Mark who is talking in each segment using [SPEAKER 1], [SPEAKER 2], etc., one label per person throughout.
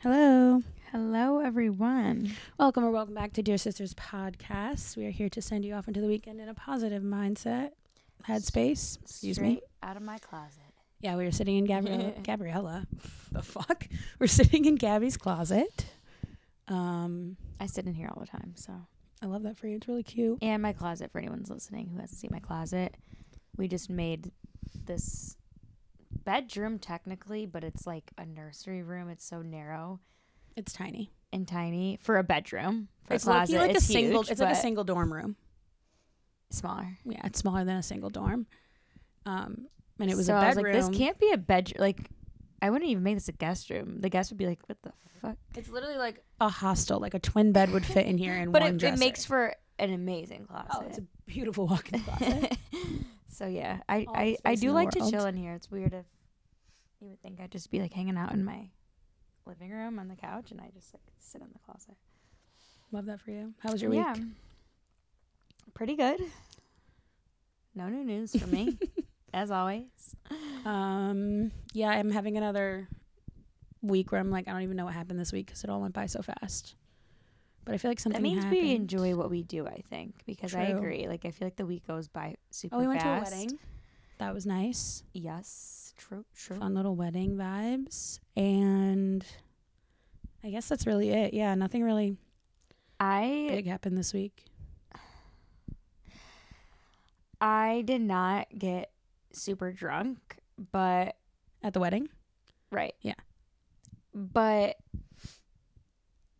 [SPEAKER 1] Hello.
[SPEAKER 2] Hello, everyone.
[SPEAKER 1] Welcome or welcome back to Dear Sisters Podcast. We are here to send you off into the weekend in a positive mindset, headspace. Excuse me.
[SPEAKER 2] Straight Out of my closet.
[SPEAKER 1] Yeah, we were sitting in Gabriella. Gabriella. The fuck? We're sitting in Gabby's closet. Um,
[SPEAKER 2] I sit in here all the time, so.
[SPEAKER 1] I love that for you. It's really cute.
[SPEAKER 2] And my closet, for anyone's listening who hasn't seen my closet, we just made this bedroom technically, but it's like a nursery room. It's so narrow
[SPEAKER 1] It's tiny.
[SPEAKER 2] and tiny for a bedroom. For
[SPEAKER 1] it's
[SPEAKER 2] a closet,
[SPEAKER 1] low-key like
[SPEAKER 2] it's
[SPEAKER 1] a single.
[SPEAKER 2] huge,
[SPEAKER 1] it's like a
[SPEAKER 2] but
[SPEAKER 1] single dorm room.
[SPEAKER 2] smaller.
[SPEAKER 1] Yeah, it's smaller than a single dorm. Um, and it was
[SPEAKER 2] so
[SPEAKER 1] a
[SPEAKER 2] I was
[SPEAKER 1] bedroom.
[SPEAKER 2] like, this can't be a bedroom. Like, I wouldn't even make this a guest room. The guests would be like, what the fuck? It's literally like,
[SPEAKER 1] a hostel, like a twin bed would fit in here and
[SPEAKER 2] but
[SPEAKER 1] one
[SPEAKER 2] it, it
[SPEAKER 1] dresser.
[SPEAKER 2] makes for an amazing closet.
[SPEAKER 1] Oh, it's a beautiful walk-in closet.
[SPEAKER 2] so yeah, I
[SPEAKER 1] All the
[SPEAKER 2] I, I
[SPEAKER 1] space in
[SPEAKER 2] do
[SPEAKER 1] the
[SPEAKER 2] like to
[SPEAKER 1] world.
[SPEAKER 2] chill in here. It's weird if you would think I'd just be like hanging out in my living room on the couch, and I just like sit in the closet.
[SPEAKER 1] Love that for you. How was your week?
[SPEAKER 2] Yeah, pretty good. No new news for me, as always.
[SPEAKER 1] Um, yeah, I'm having another week where I'm like, I don't even know what happened this week because it all went by so fast. But I feel like something
[SPEAKER 2] that means
[SPEAKER 1] happened.
[SPEAKER 2] we enjoy what we do. I think because I
[SPEAKER 1] True.
[SPEAKER 2] agree. Like I feel like the week goes by super
[SPEAKER 1] Oh, we went
[SPEAKER 2] fast.
[SPEAKER 1] to a wedding. That was nice.
[SPEAKER 2] Yes, true, true.
[SPEAKER 1] Fun little wedding vibes, and I guess that's really it. Yeah, nothing really
[SPEAKER 2] I
[SPEAKER 1] big happened this week.
[SPEAKER 2] I did not get super drunk, but
[SPEAKER 1] At the wedding,
[SPEAKER 2] Right.
[SPEAKER 1] Yeah.
[SPEAKER 2] But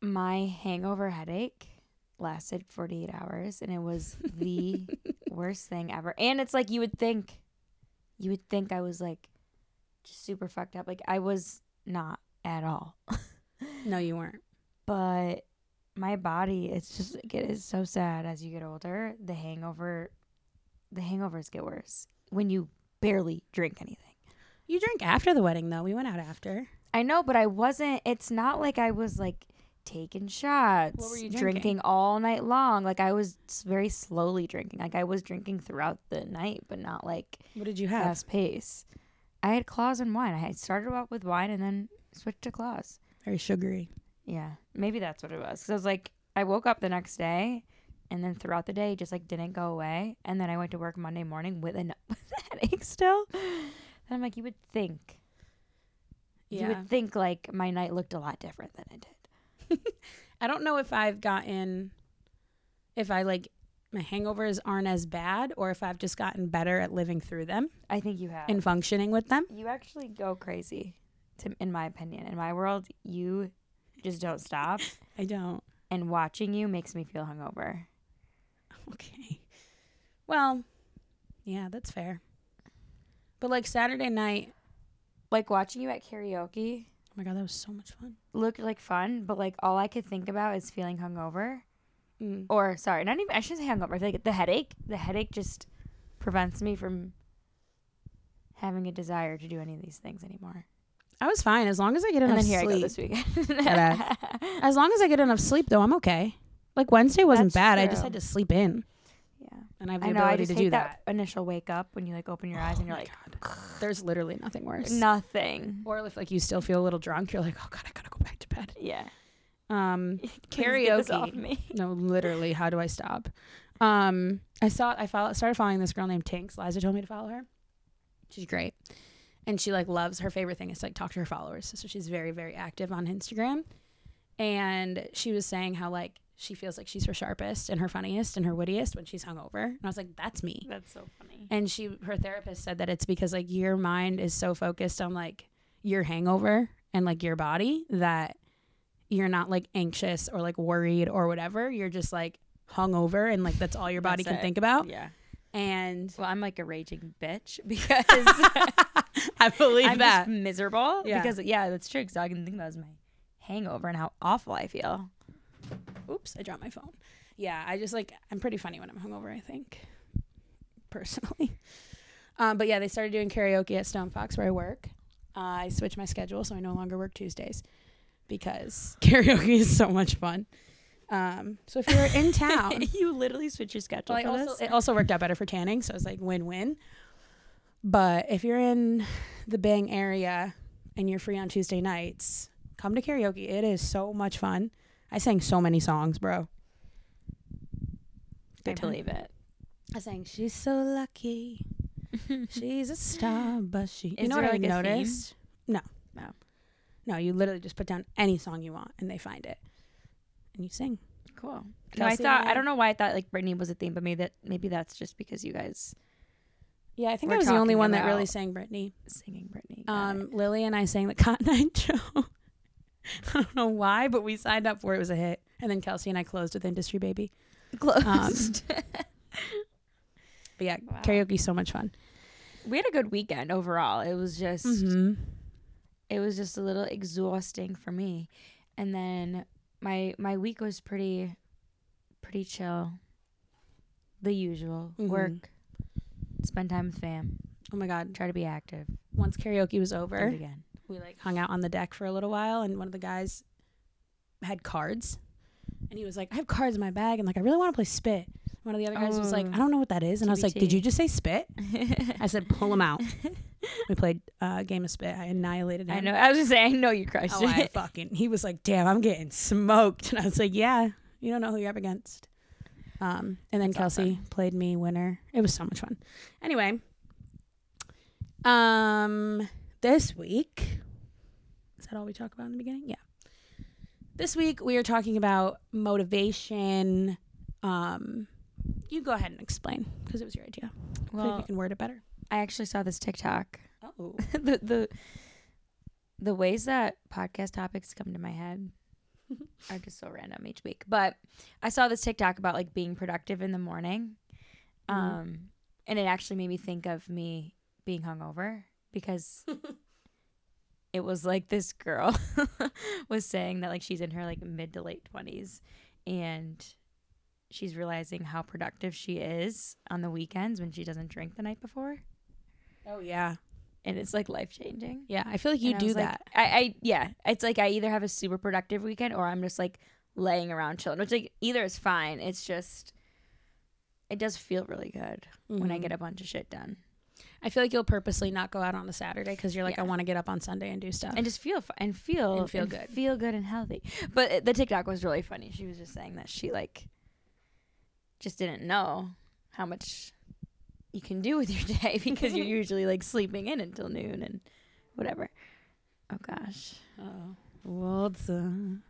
[SPEAKER 2] my hangover headache lasted 48 hours and it was the worst thing ever. And it's like you would think you would think I was like just super fucked up. Like I was not at all.
[SPEAKER 1] no, you weren't.
[SPEAKER 2] But my body it's just like it is so sad as you get older. The hangover the hangovers get worse when you barely drink anything.
[SPEAKER 1] You drank after the wedding though. We went out after.
[SPEAKER 2] I know, but I wasn't. It's not like I was like taking shots,
[SPEAKER 1] What were you
[SPEAKER 2] drinking?
[SPEAKER 1] drinking?
[SPEAKER 2] all night long. Like I was s- very slowly drinking. Like I was drinking throughout the night, but not like
[SPEAKER 1] What did you have?
[SPEAKER 2] fast pace. I had claws and wine. I had started off with wine and then switched to claws.
[SPEAKER 1] Very sugary.
[SPEAKER 2] Yeah, maybe that's what it was. Because I was like, I woke up the next day, and then throughout the day, it just like didn't go away. And then I went to work Monday morning with an with a headache still. And I'm like, you would think you would think like my night looked a lot different than it did.
[SPEAKER 1] I don't know if I've gotten if I like my hangovers aren't as bad or if I've just gotten better at living through them
[SPEAKER 2] I think you have.
[SPEAKER 1] and functioning with them.
[SPEAKER 2] you actually go crazy, to, in my opinion. In my world, you just don't stop,
[SPEAKER 1] I don't.
[SPEAKER 2] and watching you makes me feel hungover.
[SPEAKER 1] Okay. Well, yeah, that's fair. But like Saturday night,
[SPEAKER 2] Like watching you at karaoke
[SPEAKER 1] oh my god, that was so much fun.
[SPEAKER 2] looked like fun, but like all I could think about is feeling hungover.
[SPEAKER 1] Mm.
[SPEAKER 2] Or sorry, not even I shouldn't say hungover. I feel like the headache. The headache just prevents me from having a desire to do any of these things anymore.
[SPEAKER 1] I was fine as long as I get
[SPEAKER 2] And
[SPEAKER 1] enough
[SPEAKER 2] then here I go
[SPEAKER 1] sleep.
[SPEAKER 2] this weekend.
[SPEAKER 1] Yeah. as long as I get enough sleep though, I'm okay. Like Wednesday wasn't
[SPEAKER 2] That's
[SPEAKER 1] bad. I just
[SPEAKER 2] true.
[SPEAKER 1] had to sleep in,
[SPEAKER 2] yeah.
[SPEAKER 1] and I have the
[SPEAKER 2] I know.
[SPEAKER 1] ability
[SPEAKER 2] I just
[SPEAKER 1] to
[SPEAKER 2] hate
[SPEAKER 1] do
[SPEAKER 2] that. initial wake up when you like open your eyes and
[SPEAKER 1] Oh
[SPEAKER 2] you're
[SPEAKER 1] my
[SPEAKER 2] like
[SPEAKER 1] God. There's literally nothing worse.
[SPEAKER 2] nothing.
[SPEAKER 1] Or if like you still feel a little drunk, you're like, oh god, I gotta go back to bed.
[SPEAKER 2] Yeah.
[SPEAKER 1] Um,
[SPEAKER 2] Please get this off
[SPEAKER 1] Karaoke.
[SPEAKER 2] me.
[SPEAKER 1] no, literally, how do I stop? Um, I saw I follow, started following this girl named Tinks. Liza told me to follow her. She's great, and she like loves her favorite thing is to, like talk to her followers. So she's very very active on Instagram, and she was saying how like she feels like she's her sharpest and her funniest and her wittiest when she's hungover. And I was like, that's me.
[SPEAKER 2] That's so funny.
[SPEAKER 1] And she, her therapist said that it's because like your mind is so focused on like your hangover and like your body that you're not like anxious or like worried or whatever. You're just like hungover and like that's all your body
[SPEAKER 2] That's
[SPEAKER 1] can
[SPEAKER 2] it.
[SPEAKER 1] think about.
[SPEAKER 2] Yeah.
[SPEAKER 1] And
[SPEAKER 2] Well, I'm like a raging bitch because I'm
[SPEAKER 1] I believe
[SPEAKER 2] just miserable.
[SPEAKER 1] Yeah.
[SPEAKER 2] Because yeah, that's true. Because all I can think about is my hangover and how awful I feel.
[SPEAKER 1] Oops, I dropped my phone. Yeah, I just like I'm pretty funny when I'm hungover. I think personally. Um, but yeah, they started doing karaoke at Stone Fox where I work. Uh, I switched my schedule, so I no longer work Tuesdays because karaoke is so much fun. Um, so if you're in town,
[SPEAKER 2] you literally switch your schedule
[SPEAKER 1] well, I
[SPEAKER 2] for
[SPEAKER 1] also,
[SPEAKER 2] this.
[SPEAKER 1] it also worked out better for tanning, so it's like win-win. But if you're in the Bang area and you're free on Tuesday nights, Come to karaoke. It is so much fun. I sang so many songs, bro.
[SPEAKER 2] I
[SPEAKER 1] Good time.
[SPEAKER 2] believe it.
[SPEAKER 1] I sang "She's So Lucky." She's a star, but she. you
[SPEAKER 2] Is
[SPEAKER 1] know
[SPEAKER 2] there,
[SPEAKER 1] what
[SPEAKER 2] like, a
[SPEAKER 1] I
[SPEAKER 2] theme?
[SPEAKER 1] noticed? No,
[SPEAKER 2] No.
[SPEAKER 1] no. You literally just put down any song you want, and they find it, and you sing.
[SPEAKER 2] Cool. No, I
[SPEAKER 1] Kelsey
[SPEAKER 2] thought I
[SPEAKER 1] had-
[SPEAKER 2] don't know why I thought like Britney was a theme, but maybe that maybe that's just because you guys
[SPEAKER 1] Yeah, I think I
[SPEAKER 2] We're
[SPEAKER 1] was the only
[SPEAKER 2] talking
[SPEAKER 1] one that really
[SPEAKER 2] about-
[SPEAKER 1] sang Britney.
[SPEAKER 2] singing Britney. got it.
[SPEAKER 1] Um, Lily and I sang the Cotton Eye Joe. I don't know why, but we signed up for it. It was a hit, and then Kelsey and I closed with Industry Baby.
[SPEAKER 2] closed.
[SPEAKER 1] But yeah,
[SPEAKER 2] Wow.
[SPEAKER 1] karaoke's so much fun.
[SPEAKER 2] we had a good weekend overall. It was just
[SPEAKER 1] Mhm.
[SPEAKER 2] it was just a little exhausting for me, and then my my week was pretty pretty chill. The usual
[SPEAKER 1] Mhm.
[SPEAKER 2] work, spend time with fam,
[SPEAKER 1] Oh my god!
[SPEAKER 2] try to be active.
[SPEAKER 1] Once karaoke was
[SPEAKER 2] Do it
[SPEAKER 1] over,
[SPEAKER 2] again.
[SPEAKER 1] we like hung out on the deck for a little while and one of the guys had cards and he was like i have cards in my bag and like i really want to play spit one of the other guys was like
[SPEAKER 2] Oh.
[SPEAKER 1] i don't know what that is and i was like did
[SPEAKER 2] TBT.
[SPEAKER 1] you just say spit i said pull him out we played uh, a game of spit i annihilated him
[SPEAKER 2] I know. I was just saying. I know you crushed
[SPEAKER 1] oh, I
[SPEAKER 2] it.
[SPEAKER 1] fucking he was like damn i'm getting smoked and i was like yeah you don't know who you're up against um, and then
[SPEAKER 2] That's
[SPEAKER 1] kelsey played me winner it was so much fun anyway um this week is that all we talk about in the beginning yeah this week we are talking about motivation um you go ahead and explain because it was your idea I feel like
[SPEAKER 2] Well,
[SPEAKER 1] you can word it better
[SPEAKER 2] I actually saw this TikTok.
[SPEAKER 1] oh
[SPEAKER 2] the the the ways that podcast topics come to my head are just so random each week. But I saw this TikTok about like being productive in the morning.
[SPEAKER 1] Mhm.
[SPEAKER 2] Um and it actually made me think of me being hungover because it was like this girl was saying that like she's in her like mid to late 20s and she's realizing how productive she is on the weekends when she doesn't drink the night before
[SPEAKER 1] oh yeah
[SPEAKER 2] and it's like life changing.
[SPEAKER 1] yeah i feel like you
[SPEAKER 2] And I
[SPEAKER 1] do
[SPEAKER 2] was like-
[SPEAKER 1] that
[SPEAKER 2] I, I yeah. It's like I either have a super productive weekend or I'm just like laying around chilling. Which like either is fine. It's just it does feel really good when I
[SPEAKER 1] Mhm.
[SPEAKER 2] get a bunch of shit done
[SPEAKER 1] I feel like you'll purposely not go out on a Saturday because you're like,
[SPEAKER 2] Yeah.
[SPEAKER 1] I want to get up on Sunday and do stuff.
[SPEAKER 2] and just feel fu- and feel
[SPEAKER 1] And feel good.
[SPEAKER 2] feel good and healthy. But it- the TikTok was really funny. She was just saying that she like just didn't know how much you can do with your day because you're usually like sleeping in until noon and whatever. Oh gosh.
[SPEAKER 1] oh, what's uh...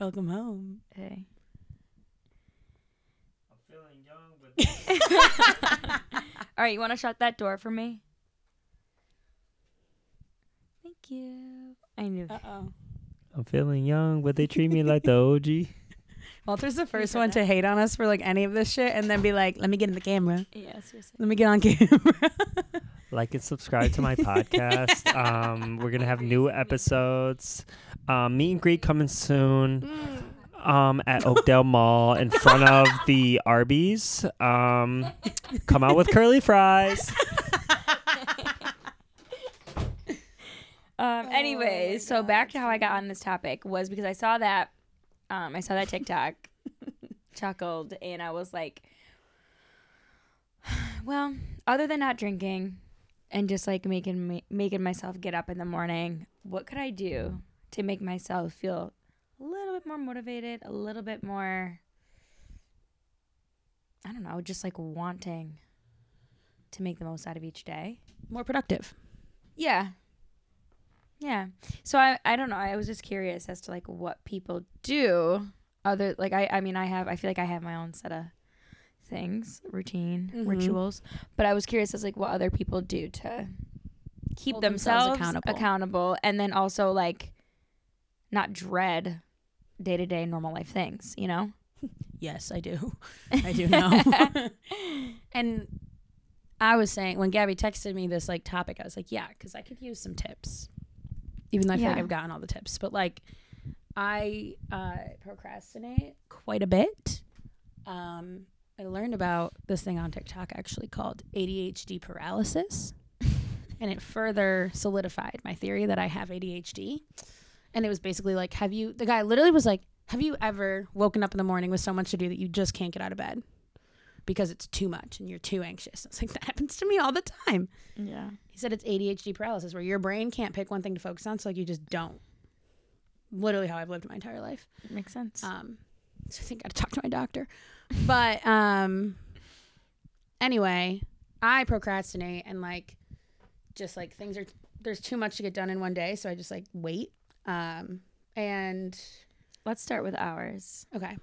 [SPEAKER 1] Welcome home.
[SPEAKER 2] Hey.
[SPEAKER 3] I'm feeling young, but
[SPEAKER 2] All right, you want to shut that door for me? Thank you. I knew.
[SPEAKER 1] oh.
[SPEAKER 3] I'm feeling young, but they treat me like the OG.
[SPEAKER 1] Walter's the first
[SPEAKER 2] said
[SPEAKER 1] one
[SPEAKER 2] that.
[SPEAKER 1] to hate on us for like any of this shit and then be like, let me get in the camera.
[SPEAKER 2] yeah, seriously.
[SPEAKER 1] Let me get on camera.
[SPEAKER 3] Like and subscribe to my podcast. Um, we're gonna have new episodes. Um, meet and greet coming soon. Um, at Oakdale Mall in front of the Arby's. Um, come out with curly fries.
[SPEAKER 2] Um. Anyways, so
[SPEAKER 1] God,
[SPEAKER 2] back to how I got on this topic was because I saw that, um, I saw that TikTok, chuckled, and I was like, well, other than not drinking, and just like making me, making myself get up in the morning, what could I do to make myself feel a little bit more motivated, a little bit more, I don't know, just like wanting to make the most out of each day.
[SPEAKER 1] More productive.
[SPEAKER 2] Yeah. Yeah. So I I don't know. I was just curious as to like what people do other like I I mean I have I feel like I have my own set of things, routine,
[SPEAKER 1] Mhm.
[SPEAKER 2] rituals, but I was curious as like what other people do to keep
[SPEAKER 1] Hold
[SPEAKER 2] themselves,
[SPEAKER 1] themselves
[SPEAKER 2] accountable.
[SPEAKER 1] accountable.
[SPEAKER 2] accountable and then also like not dread day-to-day normal life things, you know?
[SPEAKER 1] Yes, I do. I do know. and I was saying when Gabby texted me this like topic, I was like, yeah, because I could use some tips. Even though I feel like
[SPEAKER 2] Yeah.
[SPEAKER 1] I've gotten all the tips, but like I uh, procrastinate quite a bit. Um, I learned about this thing on TikTok actually called ADHD paralysis, and it further solidified my theory that I have ADHD. And it was basically like, have you? The guy literally was like, have you ever woken up in the morning with so much to do that you just can't get out of bed? because it's too much and you're too anxious. I was like, that happens to me all the time.
[SPEAKER 2] Yeah.
[SPEAKER 1] He said it's ADHD paralysis where your brain can't pick one thing to focus on, so like you just don't. Literally how I've lived my entire life.
[SPEAKER 2] Makes sense.
[SPEAKER 1] Um, so I think I gotta talk to my doctor. But um, anyway, I procrastinate and like just like things are there's too much to get done in one day, so I just like wait. Um, and
[SPEAKER 2] Let's start with ours.
[SPEAKER 1] okay,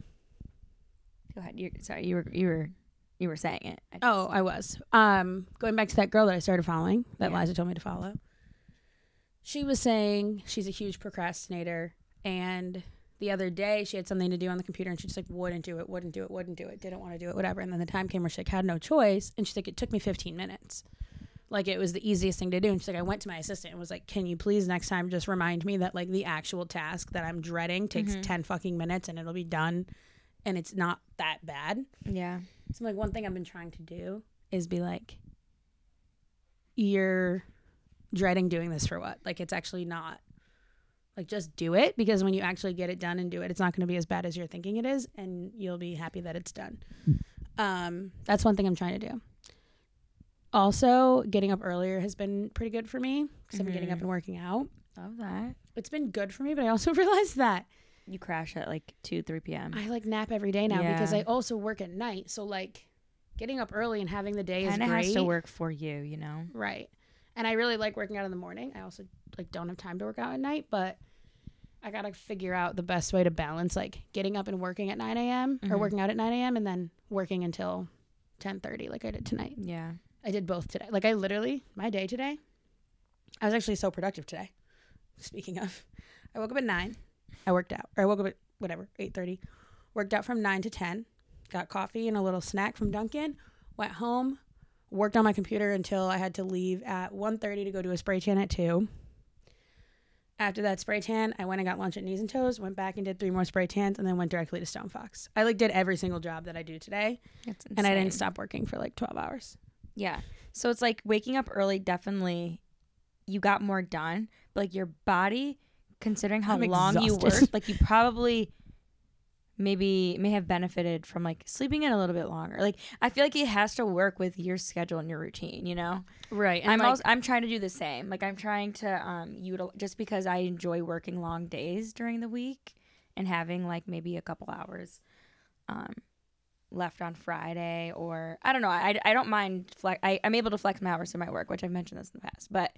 [SPEAKER 2] Go ahead. You sorry, you were you were you were saying it. I
[SPEAKER 1] oh, I was um going back to that girl that I started following that
[SPEAKER 2] Yeah.
[SPEAKER 1] Liza told me to follow. She was saying she's a huge procrastinator and. The other day, she had something to do on the computer, and she just like wouldn't do it, wouldn't do it, wouldn't do it, didn't want to do it, whatever. And then the time came where she like had no choice, and she's like, "It took me 15 minutes." like it was the easiest thing to do and she's like i went to my assistant and was like can you please next time just remind me that like the actual task that i'm dreading takes
[SPEAKER 2] Mm-hmm.
[SPEAKER 1] 10 fucking minutes and it'll be done and it's not that bad
[SPEAKER 2] yeah.
[SPEAKER 1] so like one thing i've been trying to do is be like you're dreading doing this for what like it's actually not like just do it because when you actually get it done and do it it's not going to be as bad as you're thinking it is and you'll be happy that it's done um that's one thing i'm trying to do also getting up earlier has been pretty good for me because i've been getting up
[SPEAKER 2] Mhm.
[SPEAKER 1] and working out
[SPEAKER 2] Love that.
[SPEAKER 1] it's been good for me but i also realized that
[SPEAKER 2] You crash at like two, three PM.
[SPEAKER 1] i like nap every day now because
[SPEAKER 2] Yeah.
[SPEAKER 1] i also work at night so like getting up early and having the day is
[SPEAKER 2] Kinda
[SPEAKER 1] great
[SPEAKER 2] has to work for you, you know?
[SPEAKER 1] Right. And I really like working out in the morning. I also like don't have time to work out at night, but I gotta figure out the best way to balance like getting up and working at nine AM or
[SPEAKER 2] Mhm.
[SPEAKER 1] working out at nine AM and then working until ten thirty like I did tonight.
[SPEAKER 2] Yeah.
[SPEAKER 1] I did both today. Like I literally my day today, I was actually so productive today. Speaking of. I woke up at nine. I worked out. Or I woke up at whatever, eight thirty. Worked out from nine to ten. Got coffee and a little snack from Dunkin'. Went home, worked on my computer until I had to leave at 1.30 to go do a spray tan at 2. After that spray tan, I went and got lunch at Knees and Toes, went back and did three more spray tans, and then went directly to Stone Fox. I like did every single job that I do today,
[SPEAKER 2] It's
[SPEAKER 1] and I didn't
[SPEAKER 2] insane.
[SPEAKER 1] stop working for like 12 hours.
[SPEAKER 2] Yeah. So it's like waking up early definitely you got more done, but like your body, considering how
[SPEAKER 1] I'm
[SPEAKER 2] long you
[SPEAKER 1] exhausted.
[SPEAKER 2] worked, like you probably maybe may have benefited from like sleeping in a little bit longer. Like I feel like it has to work with your schedule and your routine, you know?
[SPEAKER 1] Right.
[SPEAKER 2] I'm also I'm trying to do the same. Like I'm trying to um utilize just because I enjoy working long days during the week and having like maybe a couple hours um left on Friday or I don't know. I, I don't mind flex. I, I'm able to flex my hours to my work, which I've mentioned this in the past, but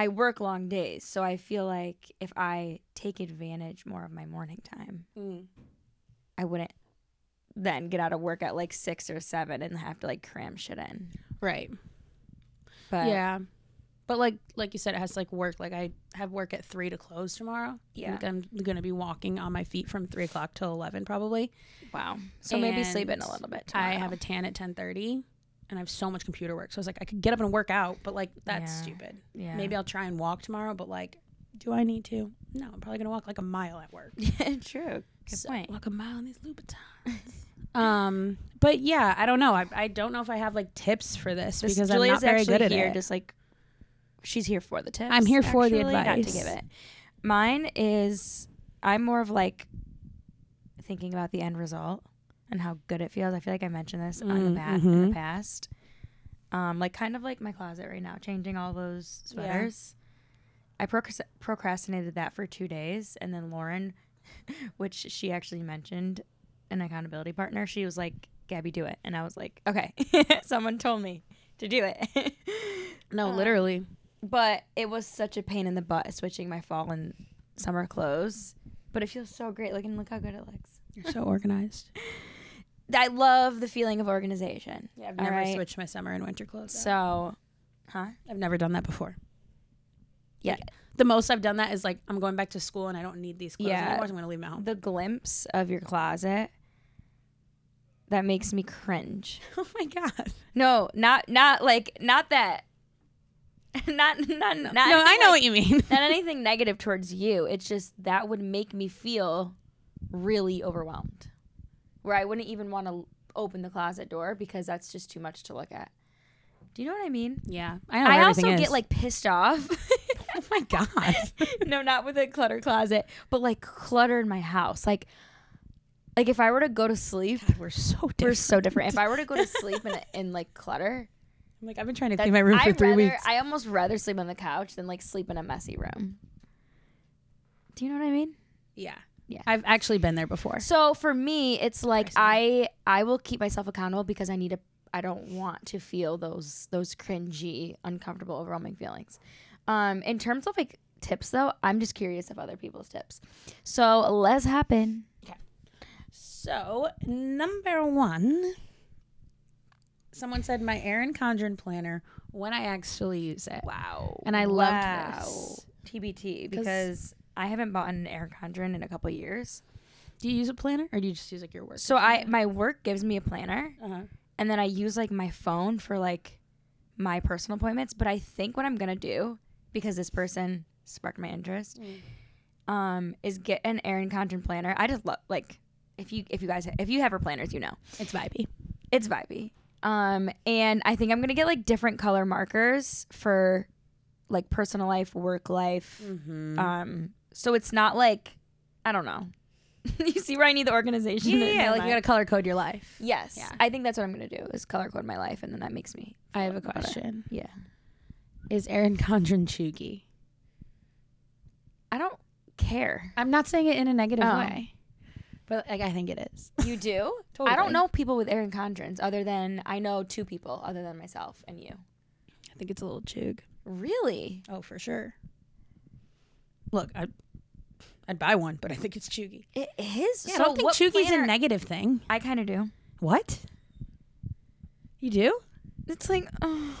[SPEAKER 2] I work long days, so I feel like if I take advantage more of my morning time, I wouldn't then get out of work at like six or seven and have to like cram shit in.
[SPEAKER 1] right.
[SPEAKER 2] But
[SPEAKER 1] yeah but like like you said it has to like work like i have work at three to close tomorrow
[SPEAKER 2] Yeah.
[SPEAKER 1] like i'm gonna be walking on my feet from three o'clock till 11 probably
[SPEAKER 2] Wow. So maybe sleep in
[SPEAKER 1] And
[SPEAKER 2] a little bit.
[SPEAKER 1] i have a tan at ten thirty, and i have so much computer work so i was like i could get up and work out but like that's
[SPEAKER 2] Yeah.
[SPEAKER 1] stupid
[SPEAKER 2] yeah.
[SPEAKER 1] maybe i'll try and walk tomorrow but like do i need to no i'm probably gonna walk like a mile at work
[SPEAKER 2] yeah, true. Good
[SPEAKER 1] So,
[SPEAKER 2] point.
[SPEAKER 1] Walk a mile in these Louboutins. um, but yeah, I don't know. I, I don't know if I have like tips for this,
[SPEAKER 2] This-
[SPEAKER 1] because
[SPEAKER 2] Julia's
[SPEAKER 1] I'm not very
[SPEAKER 2] actually
[SPEAKER 1] good at
[SPEAKER 2] here,
[SPEAKER 1] it.
[SPEAKER 2] Just like she's here for the tips.
[SPEAKER 1] I'm here for the
[SPEAKER 2] actually, Not to
[SPEAKER 1] advice.
[SPEAKER 2] give it. Mine is I'm more of like thinking about the end result and how good it feels. I feel like I mentioned this on the
[SPEAKER 1] Mm,
[SPEAKER 2] bat in
[SPEAKER 1] mhm.
[SPEAKER 2] the past. Um, like kind of like my closet right now, changing all those
[SPEAKER 1] Yeah.
[SPEAKER 2] sweaters. I procras- procrastinated that for two days, and then Lauren, which she actually mentioned, an accountability partner, she was like, "Gabby, do it," and I was like, "Okay." Someone told me to do it.
[SPEAKER 1] no, literally.
[SPEAKER 2] but it was such a pain in the butt switching my fall and summer clothes. But it feels so great. Like and look how good it looks.
[SPEAKER 1] You're so organized.
[SPEAKER 2] I love the feeling of organization.
[SPEAKER 1] Yeah, I've
[SPEAKER 2] All
[SPEAKER 1] never
[SPEAKER 2] right.
[SPEAKER 1] switched my summer and winter clothes. out.
[SPEAKER 2] So, huh?
[SPEAKER 1] I've never done that before.
[SPEAKER 2] Yeah.
[SPEAKER 1] Like, the most I've done that is like I'm going back to school and I don't need these clothes
[SPEAKER 2] Yeah.
[SPEAKER 1] anymore. So I'm going to leave them at home.
[SPEAKER 2] The glimpse of your closet that makes me cringe.
[SPEAKER 1] oh my god.
[SPEAKER 2] No, not not like not that. not not
[SPEAKER 1] no,
[SPEAKER 2] not.
[SPEAKER 1] I know
[SPEAKER 2] what
[SPEAKER 1] what you mean.
[SPEAKER 2] not anything negative towards you. It's just that would make me feel really overwhelmed, where I wouldn't even want to open the closet door because that's just too much to look at. Do you know what I mean?
[SPEAKER 1] yeah, I know. what
[SPEAKER 2] I
[SPEAKER 1] everything
[SPEAKER 2] also
[SPEAKER 1] is.
[SPEAKER 2] get like pissed off.
[SPEAKER 1] oh my god.
[SPEAKER 2] no, not with a clutter closet, but like clutter in my house. Like Like if I were to go to sleep,
[SPEAKER 1] We're so different.
[SPEAKER 2] we're so different. If I were to go to sleep in in like clutter,
[SPEAKER 1] I'm like I've been trying to
[SPEAKER 2] that-
[SPEAKER 1] clean my room
[SPEAKER 2] I
[SPEAKER 1] for three
[SPEAKER 2] rather,
[SPEAKER 1] weeks.
[SPEAKER 2] I almost rather sleep on the couch than like sleep in a messy room. Do you know what I mean?
[SPEAKER 1] yeah.
[SPEAKER 2] Yeah.
[SPEAKER 1] I've actually been there before.
[SPEAKER 2] So for me, it's like I
[SPEAKER 1] Personally.
[SPEAKER 2] I will keep myself accountable because I need to. I don't want to feel those those cringy, uncomfortable, overwhelming feelings. Um, in terms of like tips though, I'm just curious of other people's tips. So let's happen.
[SPEAKER 1] So number one, someone said my Erin Condren planner when I actually use it,
[SPEAKER 2] Wow.
[SPEAKER 1] and I loved this.
[SPEAKER 2] TBT
[SPEAKER 1] 'Cause-
[SPEAKER 2] because I haven't bought an Air Condren in a couple years.
[SPEAKER 1] Do you use a planner or do you just use like your work?
[SPEAKER 2] So I my work gives me a planner
[SPEAKER 1] uh
[SPEAKER 2] and then I use like my phone for like my personal appointments, but I think what I'm going to do because this person sparked my interest
[SPEAKER 1] Mm.
[SPEAKER 2] um is get an Erin Condren planner. I just love like if you if you guys if you have her planners, you know.
[SPEAKER 1] it's vibey.
[SPEAKER 2] It's vibey. Um, and I think I'm gonna get like different color markers for like personal life, work life.
[SPEAKER 1] Mm-hmm.
[SPEAKER 2] Um, so it's not like I don't know. you see where I need the organization? in my
[SPEAKER 1] like you
[SPEAKER 2] life?
[SPEAKER 1] gotta color code your life.
[SPEAKER 2] Yes,
[SPEAKER 1] Yeah.
[SPEAKER 2] I think that's what I'm gonna do is color code my life, and then that makes me.
[SPEAKER 1] I have a
[SPEAKER 2] Better.
[SPEAKER 1] question.
[SPEAKER 2] Yeah,
[SPEAKER 1] Is Erin Condren chuggy?
[SPEAKER 2] I don't care.
[SPEAKER 1] I'm not saying it in a negative
[SPEAKER 2] Oh.
[SPEAKER 1] way, but like I think it is.
[SPEAKER 2] You do?
[SPEAKER 1] Totally.
[SPEAKER 2] I don't know people with Erin Condrens other than I know two people other than myself and you.
[SPEAKER 1] I think it's a little chug.
[SPEAKER 2] Really?
[SPEAKER 1] Oh, for sure. Look, I'd, I'd buy one, but I think it's chuggy.
[SPEAKER 2] It is.
[SPEAKER 1] Yeah,
[SPEAKER 2] so
[SPEAKER 1] I don't think
[SPEAKER 2] what
[SPEAKER 1] chuggy's
[SPEAKER 2] planner-
[SPEAKER 1] a negative thing.
[SPEAKER 2] I kind of do.
[SPEAKER 1] What? You do?
[SPEAKER 2] It's like, oh.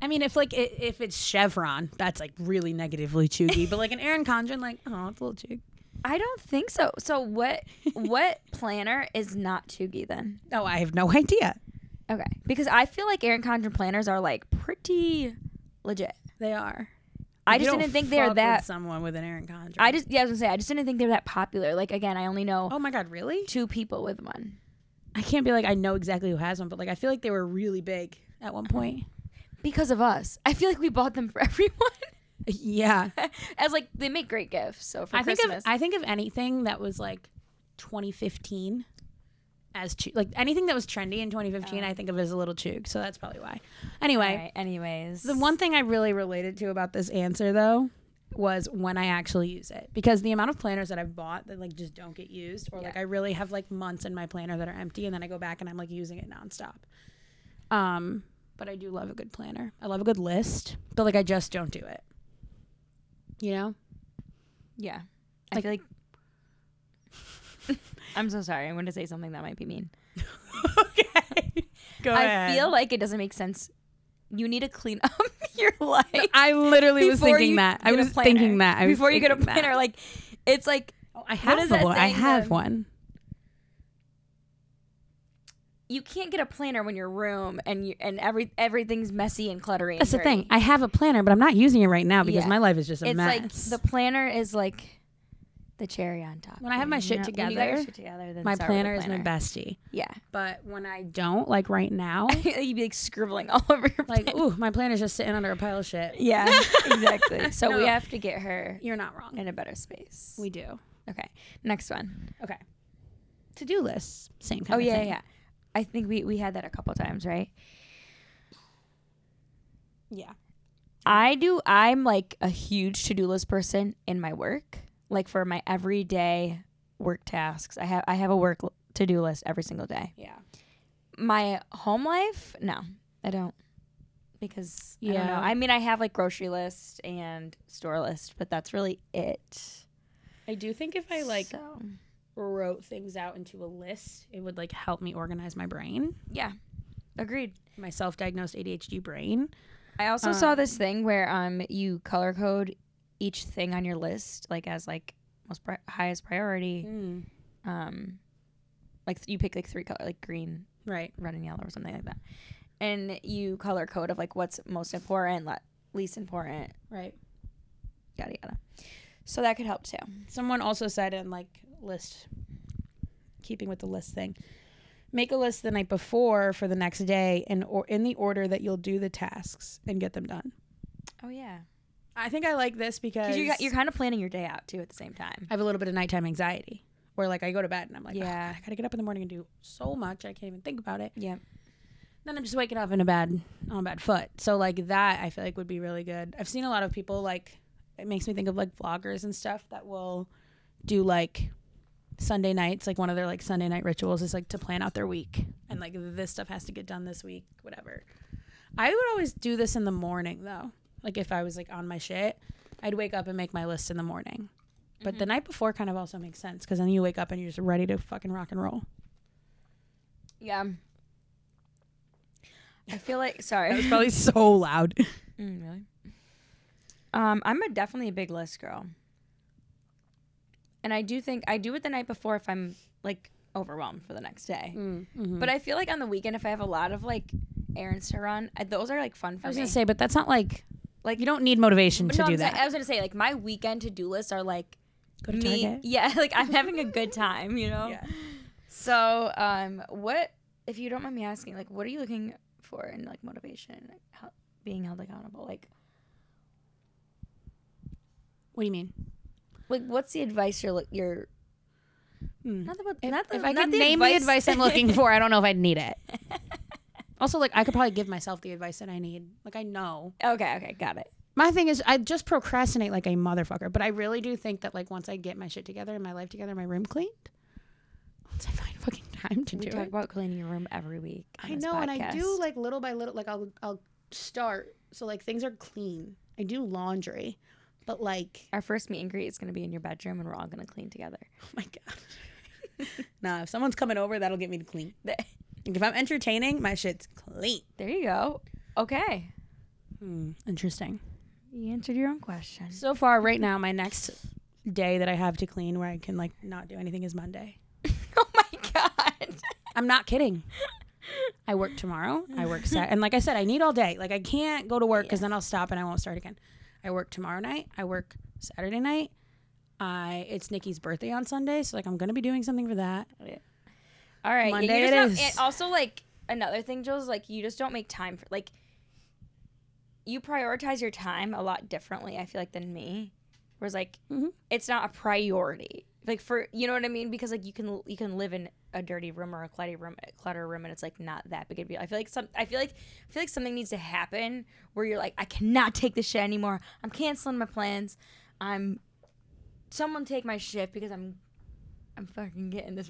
[SPEAKER 1] I mean, if like i if it's Chevron, that's like really negatively chuggy. but like an Erin Condren, like oh, it's a little chug.
[SPEAKER 2] I don't think so. So what? what planner is not Chugi then?
[SPEAKER 1] Oh, I have no idea.
[SPEAKER 2] Okay, because I feel like Erin Condren planners are like pretty legit.
[SPEAKER 1] They are.
[SPEAKER 2] I
[SPEAKER 1] You
[SPEAKER 2] just
[SPEAKER 1] don't
[SPEAKER 2] didn't think
[SPEAKER 1] fuck
[SPEAKER 2] they're
[SPEAKER 1] with
[SPEAKER 2] that.
[SPEAKER 1] someone with an Erin Condren.
[SPEAKER 2] I just yeah, I was gonna say I just didn't think they were that popular. Like again, I only know
[SPEAKER 1] Oh my god, really?
[SPEAKER 2] two people with one.
[SPEAKER 1] I can't be like I know exactly who has one, but like I feel like they were really big at one point.
[SPEAKER 2] Because of us, I feel like we bought them for everyone.
[SPEAKER 1] Uh-huh. Yeah,
[SPEAKER 2] As like they make great gifts. So for
[SPEAKER 1] I think
[SPEAKER 2] Christmas,
[SPEAKER 1] of I think of anything that was like 2015 as chu- like anything that was trendy in 2015. I think of as a little chug, so that's probably why. Anyway,
[SPEAKER 2] All right, anyways,
[SPEAKER 1] the one thing I really related to about this answer though was when I actually use it because the amount of planners that I've bought that like just don't get used or like I really have like months in my planner that are empty and then I go back and I'm like using it nonstop. Um, but I do love a good planner. I love a good list, but like I just don't do it. You know?
[SPEAKER 2] Yeah, I
[SPEAKER 1] Like-
[SPEAKER 2] feel like. I'm so sorry. I'm going to say something that might be mean.
[SPEAKER 1] okay. Go
[SPEAKER 2] I feel like it doesn't make sense. You need to clean up your life.
[SPEAKER 1] I literally was
[SPEAKER 2] before
[SPEAKER 1] thinking
[SPEAKER 2] you
[SPEAKER 1] that. I
[SPEAKER 2] get a
[SPEAKER 1] was
[SPEAKER 2] planner.
[SPEAKER 1] thinking that. I was
[SPEAKER 2] before you get a
[SPEAKER 1] thinking that.
[SPEAKER 2] planner, like it's like
[SPEAKER 1] Oh, I
[SPEAKER 2] What
[SPEAKER 1] have
[SPEAKER 2] is that
[SPEAKER 1] one. I
[SPEAKER 2] saying,
[SPEAKER 1] have
[SPEAKER 2] the-
[SPEAKER 1] one.
[SPEAKER 2] you can't get a planner when your room and you, and every everything's messy and cluttery. and
[SPEAKER 1] That's the thing.
[SPEAKER 2] dirty.
[SPEAKER 1] I have a planner, but I'm not using it right now because
[SPEAKER 2] Yeah.
[SPEAKER 1] my life is just a
[SPEAKER 2] it's
[SPEAKER 1] mess.
[SPEAKER 2] like the planner is like the cherry on top.
[SPEAKER 1] When I have my
[SPEAKER 2] You
[SPEAKER 1] shit
[SPEAKER 2] know, when you got your
[SPEAKER 1] together,
[SPEAKER 2] shit together, then
[SPEAKER 1] my
[SPEAKER 2] start with the
[SPEAKER 1] planner is my
[SPEAKER 2] planner.
[SPEAKER 1] bestie.
[SPEAKER 2] Yeah,
[SPEAKER 1] But when I don't, like right now,
[SPEAKER 2] you'd be like scribbling all over your
[SPEAKER 1] like,
[SPEAKER 2] planner.
[SPEAKER 1] ooh, my planner's just sitting under a pile of shit.
[SPEAKER 2] Yeah, exactly. So we
[SPEAKER 1] No.
[SPEAKER 2] have to get her
[SPEAKER 1] You're not wrong.
[SPEAKER 2] in a better space.
[SPEAKER 1] We do.
[SPEAKER 2] okay, next one.
[SPEAKER 1] Okay. To do lists, same
[SPEAKER 2] Oh
[SPEAKER 1] kind of
[SPEAKER 2] yeah,
[SPEAKER 1] thing.
[SPEAKER 2] yeah. I think we we had that a couple times, right?
[SPEAKER 1] yeah.
[SPEAKER 2] I do. I'm like a huge to do list person in my work. Like for my everyday work tasks, I have I have a work to do list every single day.
[SPEAKER 1] Yeah.
[SPEAKER 2] My home life, no, I don't, because I don't know.
[SPEAKER 1] Yeah.
[SPEAKER 2] I mean, I have like grocery list and store list, but that's really it.
[SPEAKER 1] I do think if I like
[SPEAKER 2] So,
[SPEAKER 1] wrote things out into a list, it would like help me organize my brain,
[SPEAKER 2] yeah, agreed.
[SPEAKER 1] my self-diagnosed ADHD brain.
[SPEAKER 2] I also saw this thing where um you color code each thing on your list like as like most pri- highest priority.
[SPEAKER 1] Mm.
[SPEAKER 2] um like you pick like three color like green
[SPEAKER 1] Right.
[SPEAKER 2] red and yellow or something like that and you color code of like what's most important le- least important
[SPEAKER 1] Right.
[SPEAKER 2] yada yada so that could help too
[SPEAKER 1] Someone also said in like list, keeping with the list thing, make a list the night before for the next day and or in the order that you'll do the tasks and get them done.
[SPEAKER 2] oh yeah
[SPEAKER 1] I think I like this because
[SPEAKER 2] because you're, you're kind of planning your day out too at the same time
[SPEAKER 1] I have a little bit of nighttime anxiety. where like I go to bed and I'm like, "Oh,
[SPEAKER 2] Yeah.
[SPEAKER 1] God, I gotta get up in the morning and do so much. I can't even think about it.
[SPEAKER 2] Yeah.
[SPEAKER 1] Then I'm just waking up in a bad on a bad foot. So like that I feel like would be really good. I've seen a lot of people like it makes me think of like vloggers and stuff that will do like Sunday nights, like one of their like Sunday night rituals is like to plan out their week and like this stuff has to get done this week, whatever. I would always do this in the morning though. Like if I was like on my shit, I'd wake up and make my list in the morning. But the night before kind of also makes sense because then you wake up and you're just ready to fucking rock and roll.
[SPEAKER 2] Yeah. I feel like sorry.
[SPEAKER 1] That was probably so loud.
[SPEAKER 2] Mm, really? Um, I'm a definitely a big list girl. And I do think I do it the night before if I'm like overwhelmed for the next day.
[SPEAKER 1] Mm.
[SPEAKER 2] But I feel like on the weekend if I have a lot of like errands to run, I, those are like fun for
[SPEAKER 1] I was
[SPEAKER 2] me.
[SPEAKER 1] gonna say, but that's not like
[SPEAKER 2] Like-
[SPEAKER 1] like you don't need motivation
[SPEAKER 2] But
[SPEAKER 1] to
[SPEAKER 2] no,
[SPEAKER 1] do
[SPEAKER 2] I'm saying- I
[SPEAKER 1] that.
[SPEAKER 2] was gonna say like my weekend to do lists are like
[SPEAKER 1] Go to
[SPEAKER 2] me.
[SPEAKER 1] Target.
[SPEAKER 2] Yeah, like I'm having a good time, you know. So, um, what if you don't mind me asking, like, what are you looking for in like motivation, like how, being held accountable, like,
[SPEAKER 1] What do you mean?
[SPEAKER 2] like what's the advice you're look you're
[SPEAKER 1] Mm.
[SPEAKER 2] not the
[SPEAKER 1] If,
[SPEAKER 2] not the,
[SPEAKER 1] if I
[SPEAKER 2] not
[SPEAKER 1] could
[SPEAKER 2] the
[SPEAKER 1] name the advice I'm looking for, I don't know if I'd need it.
[SPEAKER 2] okay,
[SPEAKER 1] Also, like I could probably give myself the advice that I need. Like I know.
[SPEAKER 2] okay, got it.
[SPEAKER 1] My thing is, I just procrastinate like a motherfucker. But I really do think that like once I get my shit together and my life together, my room cleaned, once I find fucking time to
[SPEAKER 2] we
[SPEAKER 1] do
[SPEAKER 2] talk
[SPEAKER 1] it.
[SPEAKER 2] about cleaning your room every week. on
[SPEAKER 1] I
[SPEAKER 2] this
[SPEAKER 1] know, and I do
[SPEAKER 2] podcast.
[SPEAKER 1] like little by little. Like I'll I'll start so like things are clean. I do laundry, but like
[SPEAKER 2] Our first meet and greet is gonna be in your bedroom, and we're all gonna clean together.
[SPEAKER 1] Oh my god. nah, if someone's coming over, that'll get me to clean. Like, if I'm entertaining, my shit's clean.
[SPEAKER 2] There you go. Okay,
[SPEAKER 1] Interesting.
[SPEAKER 2] you answered your own question.
[SPEAKER 1] So far, right now, my next day that I have to clean where I can like not do anything is Monday.
[SPEAKER 2] oh my god.
[SPEAKER 1] I'm not kidding. I work tomorrow. I work set, and like I said, I need all day. Like I can't go to work because then I'll stop and I won't start again. I work tomorrow night. I work Saturday night. I it's Nikki's birthday on Sunday, so like I'm gonna be doing something for that.
[SPEAKER 2] All right. yeah, you
[SPEAKER 1] Monday
[SPEAKER 2] just
[SPEAKER 1] it
[SPEAKER 2] don't-
[SPEAKER 1] is.
[SPEAKER 2] And also, like another thing, Jill, is like you just don't make time for like you prioritize your time a lot differently. I feel like than me, whereas like
[SPEAKER 1] Mhm.
[SPEAKER 2] it's not a priority. Like for you know what I mean? Because like you can you can live in a dirty room or a cluttered room, a clutter room, and it's like not that big a deal. I feel like some I feel like I feel like something needs to happen where you're like I cannot take this shit anymore. I'm canceling my plans. I'm someone take my shit because I'm I'm fucking getting this.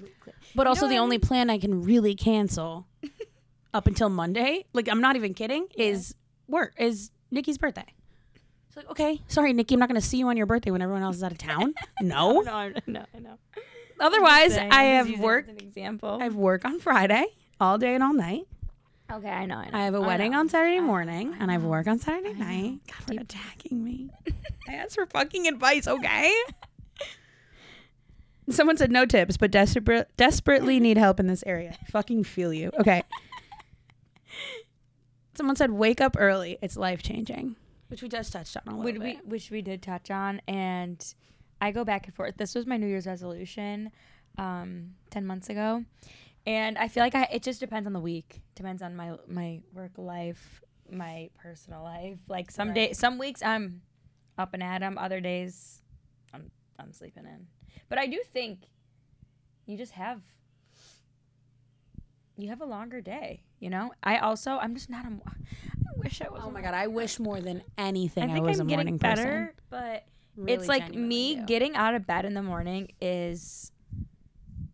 [SPEAKER 1] But also,
[SPEAKER 2] what
[SPEAKER 1] the
[SPEAKER 2] I
[SPEAKER 1] only plan I can really cancel up until Monday, like I'm not even kidding, is work is Nikki's birthday. It's like, okay, sorry, Nikki, I'm not going to see you on your birthday when everyone else is out of town. No.
[SPEAKER 2] No, I know. I know.
[SPEAKER 1] Otherwise,
[SPEAKER 2] saying,
[SPEAKER 1] I
[SPEAKER 2] just
[SPEAKER 1] have
[SPEAKER 2] using it
[SPEAKER 1] work.
[SPEAKER 2] as An example.
[SPEAKER 1] I have work on Friday all day and all night.
[SPEAKER 2] okay, I know. I, know.
[SPEAKER 1] I have a
[SPEAKER 2] I
[SPEAKER 1] wedding
[SPEAKER 2] know.
[SPEAKER 1] on Saturday
[SPEAKER 2] I know,
[SPEAKER 1] morning,
[SPEAKER 2] I
[SPEAKER 1] and I have
[SPEAKER 2] know.
[SPEAKER 1] work on Saturday
[SPEAKER 2] I know.
[SPEAKER 1] night. God, we're attacking me. I asked for fucking advice, okay? Someone said no tips, but desperate, desperately need help in this area. fucking feel you. Okay. Someone said wake up early. It's life changing, which we just touched on a little
[SPEAKER 2] Would we,
[SPEAKER 1] bit.
[SPEAKER 2] which we did touch on, and I go back and forth. This was my New Year's resolution, um, ten months ago, and I feel like I. It just depends on the week. Depends on my my work life, my personal life. Like some day, some weeks I'm up and at 'em. Other days, I'm I'm sleeping in. But I do think you just have you have a longer day. You know. I also I'm just not a. mo- I wish I was.
[SPEAKER 1] Oh
[SPEAKER 2] a
[SPEAKER 1] my
[SPEAKER 2] mo-
[SPEAKER 1] god, I wish more than anything
[SPEAKER 2] I
[SPEAKER 1] I,
[SPEAKER 2] think
[SPEAKER 1] was
[SPEAKER 2] I'm
[SPEAKER 1] a morning
[SPEAKER 2] getting
[SPEAKER 1] person.
[SPEAKER 2] better, but it's
[SPEAKER 1] Really
[SPEAKER 2] like
[SPEAKER 1] genuinely
[SPEAKER 2] me
[SPEAKER 1] do.
[SPEAKER 2] getting out of bed in the morning is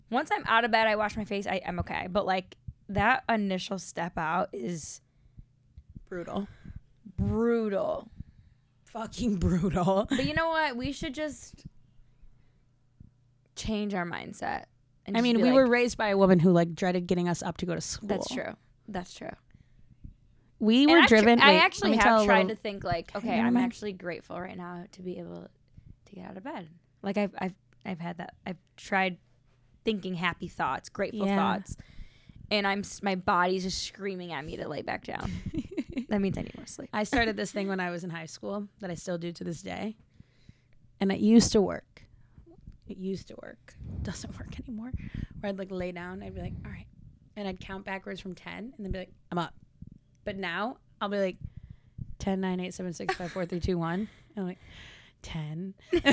[SPEAKER 2] once I'm out of bed, I wash my face, I, I'm okay. But like that initial step out is
[SPEAKER 1] brutal,
[SPEAKER 2] brutal.
[SPEAKER 1] fucking brutal.
[SPEAKER 2] But you know what? We should just change our mindset. and
[SPEAKER 1] I
[SPEAKER 2] just
[SPEAKER 1] mean,
[SPEAKER 2] be
[SPEAKER 1] we
[SPEAKER 2] like,
[SPEAKER 1] were raised by a woman who like dreaded getting us up to go to school.
[SPEAKER 2] That's true. That's true.
[SPEAKER 1] We
[SPEAKER 2] And
[SPEAKER 1] were
[SPEAKER 2] I've tr-
[SPEAKER 1] driven.
[SPEAKER 2] I
[SPEAKER 1] wait, let
[SPEAKER 2] actually
[SPEAKER 1] me tell
[SPEAKER 2] have
[SPEAKER 1] a
[SPEAKER 2] tried
[SPEAKER 1] little-
[SPEAKER 2] to think like, okay,
[SPEAKER 1] never
[SPEAKER 2] I'm
[SPEAKER 1] mind.
[SPEAKER 2] actually grateful right now to be able to get out of bed. Like I've I've I've had that. I've tried thinking happy thoughts, grateful
[SPEAKER 1] Yeah.
[SPEAKER 2] thoughts, and I'm s- my body's just screaming at me to lay back down. that means I need more sleep.
[SPEAKER 1] I started this thing when I was in high school that I still do to this day. And it used to work. It used to work. Doesn't work anymore. Where I'd like lay down, I'd be like, all right. And I'd count backwards from 10 and then be like, I'm up. But now I'll be like 10, 9, 8, 7, 6, 5, 4, 3, 2, 1. And I'm like, 10.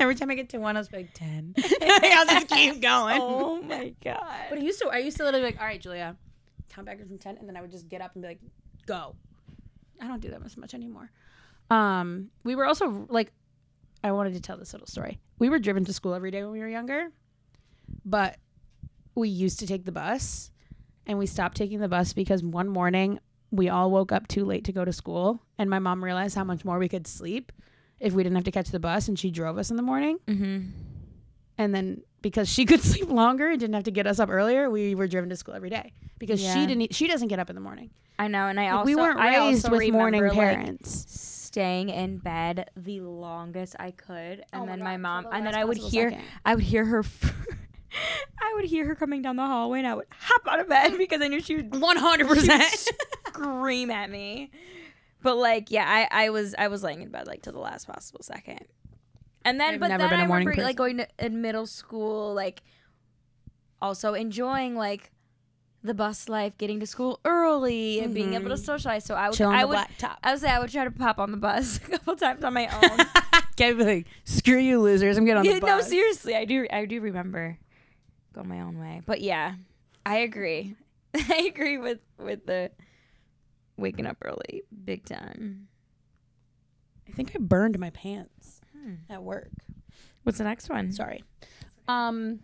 [SPEAKER 1] Every time I get to one, I'll just be like ten. I'll just keep going.
[SPEAKER 2] oh my god.
[SPEAKER 1] But I used to, I used to literally be like, all right, Julia, count backwards from 10. And then I would just get up and be like, go. I don't do that as much anymore. Um, we were also like, I wanted to tell this little story. We were driven to school every day when we were younger, but we used to take the bus and we stopped taking the bus because one morning we all woke up too late to go to school. And my mom realized how much more we could sleep if we didn't have to catch the bus. And she drove us in the morning.
[SPEAKER 2] Mm-hmm.
[SPEAKER 1] And then because she could sleep longer and didn't have to get us up earlier, we were driven to school every day because
[SPEAKER 2] Yeah.
[SPEAKER 1] she didn't. e, She doesn't get up in the morning.
[SPEAKER 2] I know, and I
[SPEAKER 1] Like,
[SPEAKER 2] also
[SPEAKER 1] we weren't
[SPEAKER 2] I
[SPEAKER 1] raised
[SPEAKER 2] also
[SPEAKER 1] with morning
[SPEAKER 2] remember, like,
[SPEAKER 1] parents.
[SPEAKER 2] staying in bed the longest I could, and
[SPEAKER 1] Oh my
[SPEAKER 2] then
[SPEAKER 1] God,
[SPEAKER 2] my
[SPEAKER 1] till
[SPEAKER 2] mom,
[SPEAKER 1] the
[SPEAKER 2] and then
[SPEAKER 1] last
[SPEAKER 2] I would
[SPEAKER 1] possible
[SPEAKER 2] hear,
[SPEAKER 1] second.
[SPEAKER 2] I would hear her, f- I would hear her coming down the hallway, and I would hop out of bed because I knew she would
[SPEAKER 1] One hundred percent.
[SPEAKER 2] scream at me. But like, yeah, I, I was I was laying in bed like to the last possible second, and then
[SPEAKER 1] I've
[SPEAKER 2] but
[SPEAKER 1] never
[SPEAKER 2] then
[SPEAKER 1] been a
[SPEAKER 2] I
[SPEAKER 1] morning
[SPEAKER 2] remember like
[SPEAKER 1] person.
[SPEAKER 2] going to in middle school, like also enjoying like the bus life, getting to school early, and being able to socialize. So I would
[SPEAKER 1] Chill on Mm-hmm.
[SPEAKER 2] I
[SPEAKER 1] the
[SPEAKER 2] would
[SPEAKER 1] black top.
[SPEAKER 2] I would say I would try to pop on the bus a couple times on my own.
[SPEAKER 1] Can't be like, screw you, losers. I'm getting on
[SPEAKER 2] yeah,
[SPEAKER 1] the
[SPEAKER 2] no,
[SPEAKER 1] bus.
[SPEAKER 2] seriously, I do I do remember going my own way. But yeah, I agree. I agree with with the waking up early big time.
[SPEAKER 1] I think I burned my pants
[SPEAKER 2] Hmm.
[SPEAKER 1] at work.
[SPEAKER 2] What's the next one?
[SPEAKER 1] Sorry. Um,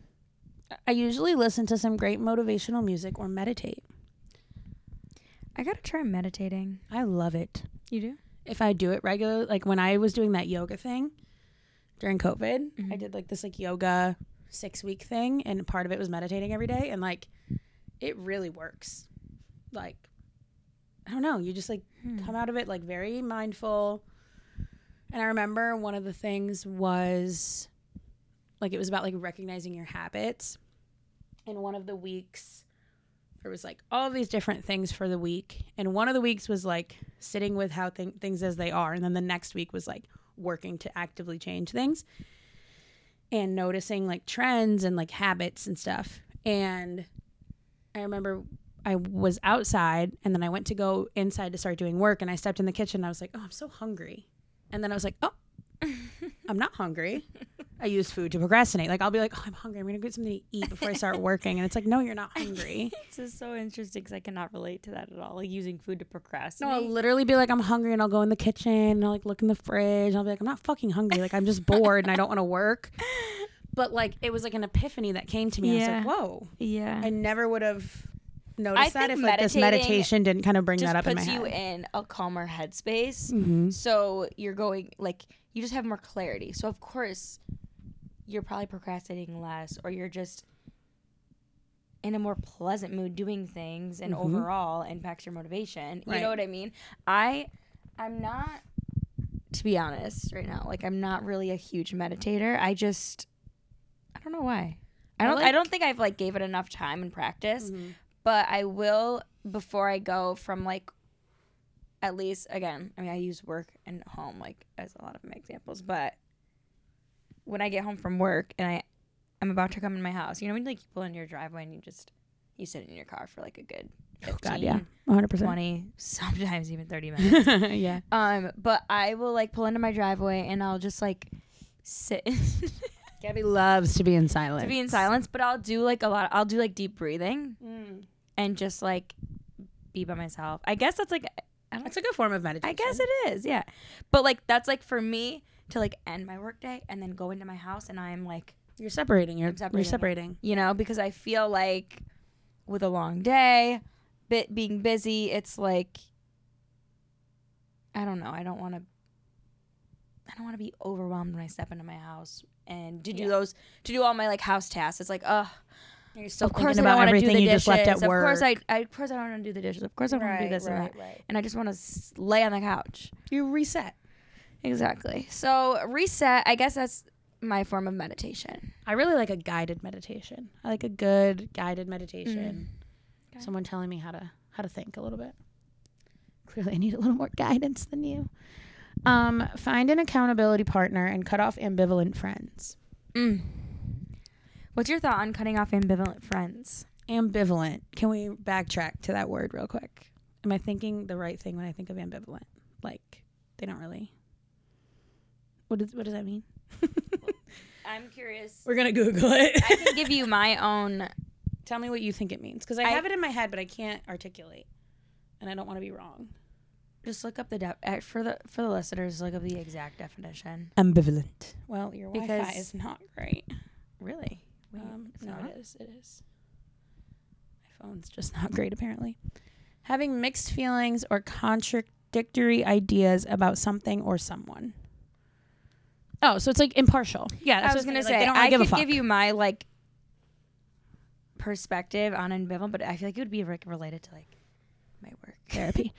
[SPEAKER 1] I usually listen to some great motivational music or meditate.
[SPEAKER 2] I gotta try meditating.
[SPEAKER 1] I love it.
[SPEAKER 2] You do?
[SPEAKER 1] if I do it regularly, like when I was doing that yoga thing during COVID, I
[SPEAKER 2] Mhm.
[SPEAKER 1] did like this like yoga six week thing, and part of it was meditating every day, and like it really works. Like I don't know, you just like come out of it like very mindful. And I remember one of the things was like it was about like recognizing your habits. And one of the weeks there was like all these different things for the week. And one of the weeks was like sitting with how thing things as they are. And then the next week was like working to actively change things and noticing like trends and like habits and stuff. And I remember I was outside and then I went to go inside to start doing work and I stepped in the kitchen and I was like, "Oh, I'm so hungry." And then I was like, "Oh, I'm not hungry." I use food to procrastinate. Like I'll be like, "Oh, I'm hungry. I'm going to get something to eat before I start working." And it's like, "No, you're not hungry."
[SPEAKER 2] This is so interesting because I cannot relate to that at all. Like using food to
[SPEAKER 1] No, I'll
[SPEAKER 2] procrastinate.
[SPEAKER 1] literally be like, "I'm hungry," and I'll go in the kitchen and I'll like look in the fridge and I'll be like, "I'm not fucking hungry. Like I'm just bored and I don't want to work." But like it was like an epiphany that came to me. I
[SPEAKER 2] Yeah.
[SPEAKER 1] was like, "Whoa,
[SPEAKER 2] yeah.
[SPEAKER 1] I never would have." Noticed that
[SPEAKER 2] think
[SPEAKER 1] if like this
[SPEAKER 2] meditating
[SPEAKER 1] meditation didn't kind of bring
[SPEAKER 2] just
[SPEAKER 1] that up in my
[SPEAKER 2] puts
[SPEAKER 1] head.
[SPEAKER 2] you in a calmer headspace.
[SPEAKER 1] Mhm.
[SPEAKER 2] So you're going like you just have more clarity. So of course you're probably procrastinating less or you're just in a more pleasant mood doing things and overall impacts your motivation. You
[SPEAKER 1] Mm-hmm. Right.
[SPEAKER 2] know what I mean? I I'm not to be honest right now. Like I'm not really a huge meditator. I just I don't know why. I
[SPEAKER 1] I
[SPEAKER 2] don't I
[SPEAKER 1] like-
[SPEAKER 2] don't think I've like gave it enough time and practice but I will before I go from like at least again. I mean, I use work and home like as a lot of my examples, but when I get home from work and I I'm about to come in my house, you know when like you pull in your driveway and you just you sit in your car for like a good 15,
[SPEAKER 1] Oh, God, yeah, 100 percent.
[SPEAKER 2] 20, sometimes even 30 minutes.
[SPEAKER 1] Yeah,
[SPEAKER 2] um, but I will like pull into my driveway and I'll just like sit
[SPEAKER 1] Gabby loves to be in silence.
[SPEAKER 2] to be in silence, but I'll do like a lot I'll do like deep breathing
[SPEAKER 1] Mm.
[SPEAKER 2] and just like be by myself. I guess that's like
[SPEAKER 1] It's like a form of meditation.
[SPEAKER 2] I guess it is, yeah. But like that's like for me to like end my workday and then go into my house and I'm like,
[SPEAKER 1] you're separating. You're
[SPEAKER 2] I'm separating
[SPEAKER 1] You're
[SPEAKER 2] it.
[SPEAKER 1] separating.
[SPEAKER 2] you know, because I feel like with a long day, bit being busy, it's like I don't know. I don't want to I don't want to be overwhelmed when I step into my house and to do
[SPEAKER 1] Yeah.
[SPEAKER 2] those to do all my like house tasks. It's like, ugh,
[SPEAKER 1] You're still
[SPEAKER 2] of course
[SPEAKER 1] thinking
[SPEAKER 2] I
[SPEAKER 1] about
[SPEAKER 2] don't want to do
[SPEAKER 1] everything
[SPEAKER 2] the
[SPEAKER 1] you
[SPEAKER 2] dishes.
[SPEAKER 1] just left at
[SPEAKER 2] Of
[SPEAKER 1] work.
[SPEAKER 2] course I, I of course I don't want to do the dishes. Of course I don't want to do this and that. And I just want to s- lay on the couch.
[SPEAKER 1] You reset.
[SPEAKER 2] Exactly. So reset. I guess that's my form of meditation.
[SPEAKER 1] I really like a guided meditation. I like a good guided meditation.
[SPEAKER 2] Okay.
[SPEAKER 1] Someone telling me how to how to think a little bit. Clearly, I need a little more guidance than you. Um, find an accountability partner and cut off ambivalent friends.
[SPEAKER 2] Mm. What's your thought on cutting off ambivalent friends?
[SPEAKER 1] Ambivalent. Can we backtrack to that word real quick? Am I thinking the right thing when I think of ambivalent? Like they don't really. What does what does that mean?
[SPEAKER 2] I'm curious.
[SPEAKER 1] We're gonna Google it.
[SPEAKER 2] I can give you my own.
[SPEAKER 1] Tell me what you think it means, because I,
[SPEAKER 2] I-
[SPEAKER 1] have it in my head, but I can't articulate, and I don't want to be wrong.
[SPEAKER 2] Just look up the de- uh, for the for the listeners. Look up the exact definition.
[SPEAKER 1] Ambivalent. Well, your Wi-Fi
[SPEAKER 2] Because-
[SPEAKER 1] is not great.
[SPEAKER 2] Really? Wait,
[SPEAKER 1] Um,
[SPEAKER 2] it's
[SPEAKER 1] no,
[SPEAKER 2] not?
[SPEAKER 1] it is. It is. My phone's just not great, apparently. Having mixed feelings or contradictory ideas about something or someone. Oh, so it's like impartial. Yeah, that's
[SPEAKER 2] I was
[SPEAKER 1] what
[SPEAKER 2] gonna
[SPEAKER 1] it's
[SPEAKER 2] say
[SPEAKER 1] like, they don't
[SPEAKER 2] I
[SPEAKER 1] really give a
[SPEAKER 2] could
[SPEAKER 1] fuck.
[SPEAKER 2] give you my like perspective on ambivalent, but I feel like it would be like related to like my work.
[SPEAKER 1] therapy.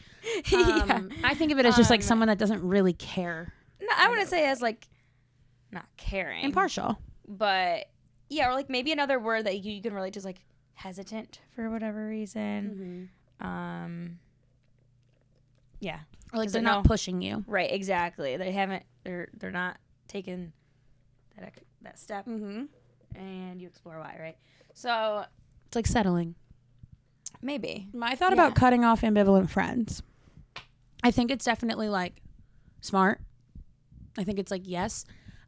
[SPEAKER 2] Yeah.
[SPEAKER 1] Um, I think of it as just like
[SPEAKER 2] Um,
[SPEAKER 1] someone that doesn't really care.
[SPEAKER 2] No, I want to say as like not caring,
[SPEAKER 1] Impartial.
[SPEAKER 2] but yeah, or like maybe another word that you, you can relate to is like hesitant for whatever reason.
[SPEAKER 1] Mm-hmm.
[SPEAKER 2] Um, yeah,
[SPEAKER 1] Or like
[SPEAKER 2] Does
[SPEAKER 1] they're
[SPEAKER 2] it
[SPEAKER 1] not
[SPEAKER 2] know?
[SPEAKER 1] pushing you.
[SPEAKER 2] right, exactly. They haven't. They're they're not taking that ex- that step,
[SPEAKER 1] Mm-hmm.
[SPEAKER 2] and you explore why, right? So
[SPEAKER 1] It's like settling.
[SPEAKER 2] maybe
[SPEAKER 1] I thought
[SPEAKER 2] Yeah.
[SPEAKER 1] about cutting off ambivalent friends. I think it's definitely like smart. I think it's like yes.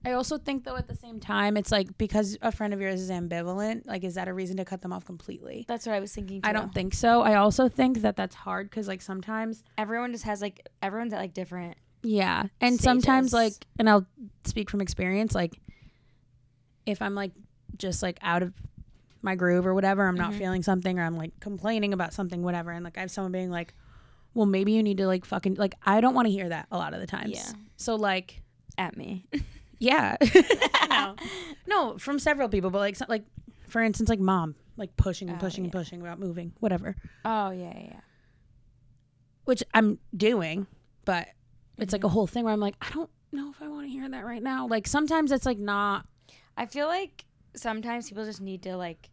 [SPEAKER 1] I also think though at the same time it's like because a friend of yours is ambivalent, like is that a reason to cut them off completely?
[SPEAKER 2] that's what I was thinking. Too.
[SPEAKER 1] I don't think so. I also think that that's hard cuz like sometimes
[SPEAKER 2] everyone just has like everyone's at like different.
[SPEAKER 1] yeah, and sometimes
[SPEAKER 2] Stages.
[SPEAKER 1] like and I'll speak from experience like if I'm like just like out of my groove or whatever, I'm not
[SPEAKER 2] Mhm.
[SPEAKER 1] feeling something or I'm like complaining about something whatever and like I have someone being like well maybe you need to like fucking like I don't want to hear that a lot of the times.
[SPEAKER 2] Yeah.
[SPEAKER 1] So like
[SPEAKER 2] At me,
[SPEAKER 1] yeah. no. No, from several people, but like so, like for instance like mom like pushing and
[SPEAKER 2] Oh,
[SPEAKER 1] pushing and
[SPEAKER 2] yeah.
[SPEAKER 1] pushing about moving, whatever,
[SPEAKER 2] oh yeah, yeah, yeah.
[SPEAKER 1] which I'm doing, but it's
[SPEAKER 2] Mm-hmm.
[SPEAKER 1] like a whole thing where I'm like I don't know if I want to hear that right now. Like sometimes it's like not
[SPEAKER 2] I feel like sometimes people just need to like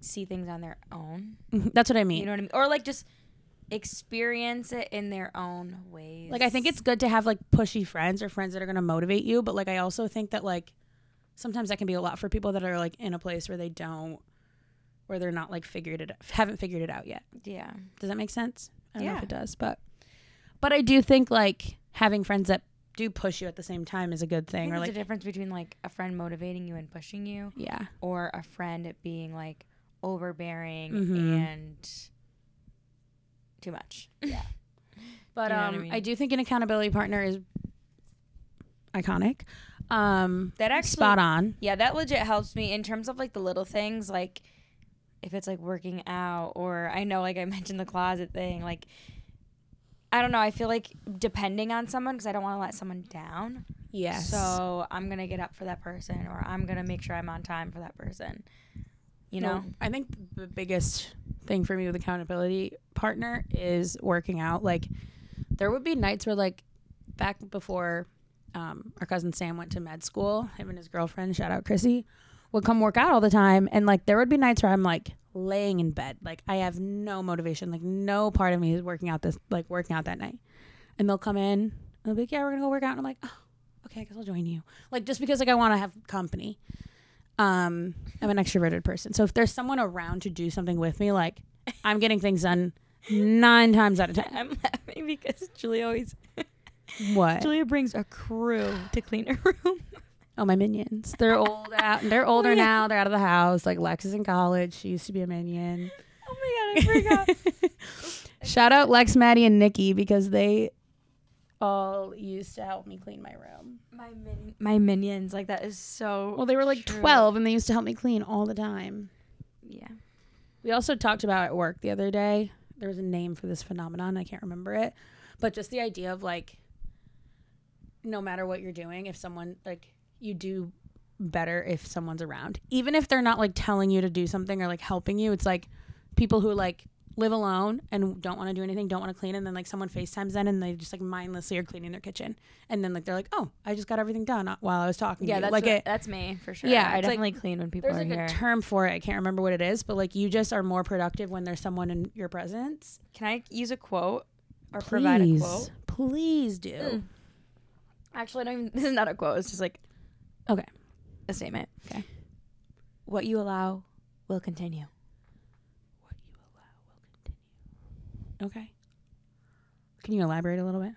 [SPEAKER 2] see things on their own.
[SPEAKER 1] that's what I mean.
[SPEAKER 2] You know what I mean? Or like just experience it in their own ways.
[SPEAKER 1] Like I think it's good to have like pushy friends or friends that are going to motivate you, but like I also think that like sometimes that can be a lot for people that are like in a place where they don't where they're not like figured it haven't figured it out yet.
[SPEAKER 2] yeah.
[SPEAKER 1] Does that make sense? I don't know
[SPEAKER 2] Yeah.
[SPEAKER 1] if it does, but but I do think like having friends that do push you at the same time is a good
[SPEAKER 2] I
[SPEAKER 1] thing
[SPEAKER 2] think
[SPEAKER 1] or
[SPEAKER 2] there's a
[SPEAKER 1] like
[SPEAKER 2] difference between like a friend motivating you and pushing you,
[SPEAKER 1] yeah.
[SPEAKER 2] or a friend being like overbearing
[SPEAKER 1] Mhm.
[SPEAKER 2] and too much.
[SPEAKER 1] But
[SPEAKER 2] You know what
[SPEAKER 1] um
[SPEAKER 2] I
[SPEAKER 1] I,
[SPEAKER 2] mean?
[SPEAKER 1] do think an accountability partner is iconic. Um
[SPEAKER 2] That actually
[SPEAKER 1] spot on.
[SPEAKER 2] Yeah, that legit helps me in terms of like the little things, like if it's like working out, or I know, like I mentioned the closet thing, like I don't know. I feel like depending on someone because I don't want to let someone down.
[SPEAKER 1] Yes. So
[SPEAKER 2] So I'm gonna get up for that person, or I'm gonna make sure I'm on time for that person. You know,
[SPEAKER 1] No, I think the biggest thing for me with accountability partner is working out. Like, there would be nights where, like, back before um, our cousin Sam went to med school, him and his girlfriend, shout out Chrissy, would come work out all the time. And, like, there would be nights where I'm, like, laying in bed. Like, I have no motivation. Like, no part of me is working out this, like, working out that night. And they'll come in and they'll be like, yeah, we're going to go work out. And I'm like, oh, okay, I guess I'll join you. Like, just because, like, I want to have company um i'm an extroverted person so if there's someone around to do something with me like i'm getting things done nine times out of ten
[SPEAKER 2] I'm laughing because Julia always
[SPEAKER 1] what
[SPEAKER 2] Julia brings a crew to clean her room.
[SPEAKER 1] oh my minions they're old out they're older
[SPEAKER 2] yeah.
[SPEAKER 1] now they're out of the house like lex is in college she used to be a minion
[SPEAKER 2] oh my god, I forgot.
[SPEAKER 1] shout out lex maddie and nikki because they all used to help me clean my room
[SPEAKER 2] my min- my minions, like that is so.
[SPEAKER 1] well they were like
[SPEAKER 2] true.
[SPEAKER 1] 12 and they used to help me clean all the time
[SPEAKER 2] Yeah.
[SPEAKER 1] We also talked about at work the other day. There was a name for this phenomenon. I can't remember it, but just the idea of like, no matter what you're doing, if someone like you do better if someone's around, even if they're not like telling you to do something or like helping you. It's like people who like live alone and don't want to do anything, don't want to clean, and then like someone FaceTimes them and they just like mindlessly are cleaning their kitchen, and then like they're like, oh, I just got everything done uh, while I was talking.
[SPEAKER 2] Yeah,
[SPEAKER 1] to you.
[SPEAKER 2] that's
[SPEAKER 1] like
[SPEAKER 2] what-
[SPEAKER 1] it.
[SPEAKER 2] That's me for sure.
[SPEAKER 1] Yeah,
[SPEAKER 2] I
[SPEAKER 1] it's like-
[SPEAKER 2] definitely clean when people
[SPEAKER 1] There's
[SPEAKER 2] are
[SPEAKER 1] like
[SPEAKER 2] here.
[SPEAKER 1] a term for it. I can't remember what it is, but like you just are more productive when there's someone in your presence.
[SPEAKER 2] Can I use a quote or provide a quote?
[SPEAKER 1] Please do.
[SPEAKER 2] Mm. Actually, I don't even, this is not a quote. It's just like
[SPEAKER 1] Okay.
[SPEAKER 2] a statement.
[SPEAKER 1] Okay.
[SPEAKER 2] What you allow will continue.
[SPEAKER 1] What you allow will continue. Okay. Can you elaborate a little bit?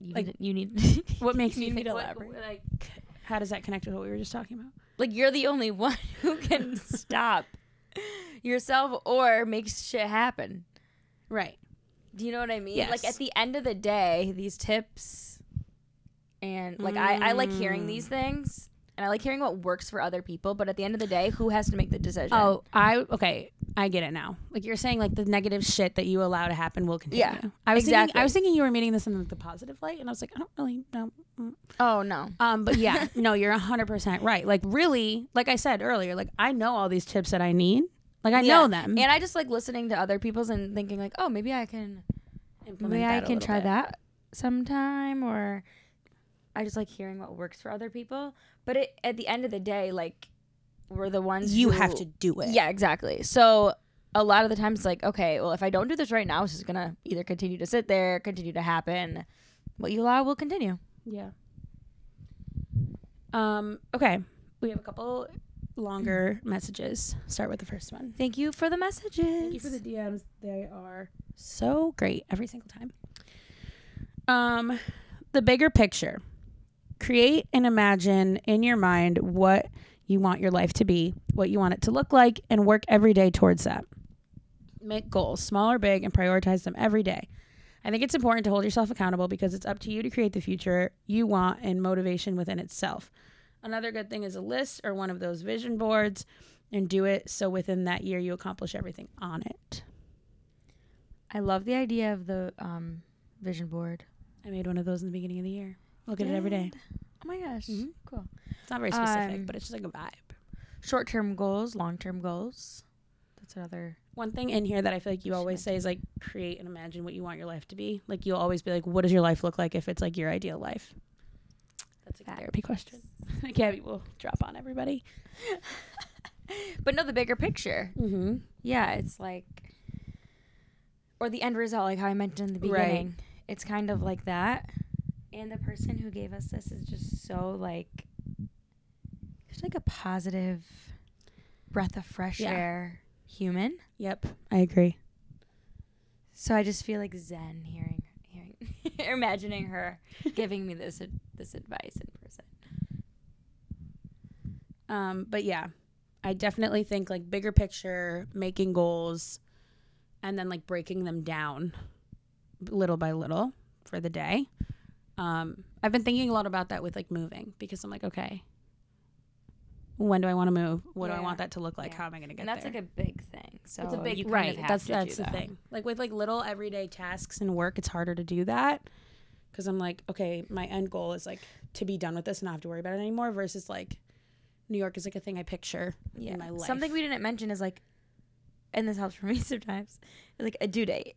[SPEAKER 2] you
[SPEAKER 1] Like-
[SPEAKER 2] need, you need
[SPEAKER 1] What makes you
[SPEAKER 2] think
[SPEAKER 1] need
[SPEAKER 2] what-
[SPEAKER 1] elaborate?
[SPEAKER 2] like
[SPEAKER 1] How does that connect with what we were just talking about?
[SPEAKER 2] like you're the only one who can stop yourself or make shit happen.
[SPEAKER 1] Right.
[SPEAKER 2] Do you know what I mean? Like
[SPEAKER 1] Yes.
[SPEAKER 2] at the end of the day, these tips and like I, I like hearing these things and I like hearing what works for other people, but at the end of the day, who has to make the decision?
[SPEAKER 1] Oh, I okay. I get it now. Like you're saying, like the negative shit that you allow to happen will continue.
[SPEAKER 2] Yeah,
[SPEAKER 1] I was thinking,
[SPEAKER 2] exactly.
[SPEAKER 1] I was thinking you were meaning this in like, the positive light, and I was like, I don't really know. Mm.
[SPEAKER 2] oh no.
[SPEAKER 1] Um, but yeah, no, you're hundred percent right. Like really, like I said earlier, like I know all these tips that I need. Like I know
[SPEAKER 2] Yeah.
[SPEAKER 1] them.
[SPEAKER 2] And I just like listening to other people's and thinking like, oh, maybe I can,
[SPEAKER 1] Implement
[SPEAKER 2] maybe I
[SPEAKER 1] that a
[SPEAKER 2] can
[SPEAKER 1] little
[SPEAKER 2] try
[SPEAKER 1] bit.
[SPEAKER 2] that sometime, or I just like hearing what works for other people. But it, at the end of the day, like we're the ones
[SPEAKER 1] You
[SPEAKER 2] who-
[SPEAKER 1] have to do it.
[SPEAKER 2] Yeah, exactly. So a lot of the times, it's like, okay, well, if I don't do this right now, it's just gonna either continue to sit there, continue to happen. What you allow will continue.
[SPEAKER 1] Yeah. Um. Okay. We have a couple longer messages. Start with the first one.
[SPEAKER 2] Thank you for the messages.
[SPEAKER 1] Thank you for the DMs. They are so great every single time. Um, the bigger picture. Create and imagine in your mind what you want your life to be, what you want it to look like, and work every day towards that. Make goals, small or big, and prioritize them every day. I think it's important to hold yourself accountable because it's up to you to create the future you want and motivation within itself. Another good thing is a list or one of those vision boards and do it so within that year you accomplish everything on it.
[SPEAKER 2] I love the idea of the um, vision board.
[SPEAKER 1] I made one of those in the beginning of the year. Look at it every day.
[SPEAKER 2] Did. Oh my gosh,
[SPEAKER 1] Mhm.
[SPEAKER 2] cool.
[SPEAKER 1] It's not very specific,
[SPEAKER 2] Um,
[SPEAKER 1] but it's just like a vibe.
[SPEAKER 2] Short term goals, long term goals. That's another.
[SPEAKER 1] One thing in here that I feel like you
[SPEAKER 2] Should
[SPEAKER 1] always
[SPEAKER 2] I
[SPEAKER 1] say is like create and imagine what you want your life to be. Like you'll always be like, what does your life look like if it's like your ideal life? That's like a
[SPEAKER 2] Facts.
[SPEAKER 1] therapy question. Like Gabby will drop on everybody.
[SPEAKER 2] But no, the bigger picture.
[SPEAKER 1] Mm-hmm.
[SPEAKER 2] Yeah, it's like, or the end result, like how I mentioned in the
[SPEAKER 1] Right.
[SPEAKER 2] beginning. It's kind of like that. And the person who gave us this is just so like, just like a positive breath of fresh
[SPEAKER 1] Yeah.
[SPEAKER 2] air human.
[SPEAKER 1] Yep, I agree.
[SPEAKER 2] So I just feel like zen hearing, hearing, imagining her giving me this ad- this advice in person.
[SPEAKER 1] Um, but yeah, I definitely think like bigger picture, making goals, and then like breaking them down little by little for the day. Um, I've been thinking a lot about that with like moving because I'm like, okay, when do I want to move? What do I
[SPEAKER 2] Yeah.
[SPEAKER 1] want that to look like?
[SPEAKER 2] Yeah.
[SPEAKER 1] How am I going to get
[SPEAKER 2] and that's
[SPEAKER 1] there?
[SPEAKER 2] like a big thing. So
[SPEAKER 1] it's a big
[SPEAKER 2] you kind
[SPEAKER 1] right.
[SPEAKER 2] Of have
[SPEAKER 1] that's
[SPEAKER 2] to
[SPEAKER 1] that's
[SPEAKER 2] do
[SPEAKER 1] the
[SPEAKER 2] that.
[SPEAKER 1] thing. Like with like little everyday tasks and work, it's harder to do that because I'm like, okay, my end goal is like to be done with this and not have to worry about it anymore. Versus like, New York is like a thing I picture
[SPEAKER 2] yeah.
[SPEAKER 1] in my life.
[SPEAKER 2] Something we didn't mention is like, and this helps for me sometimes, is like a due date.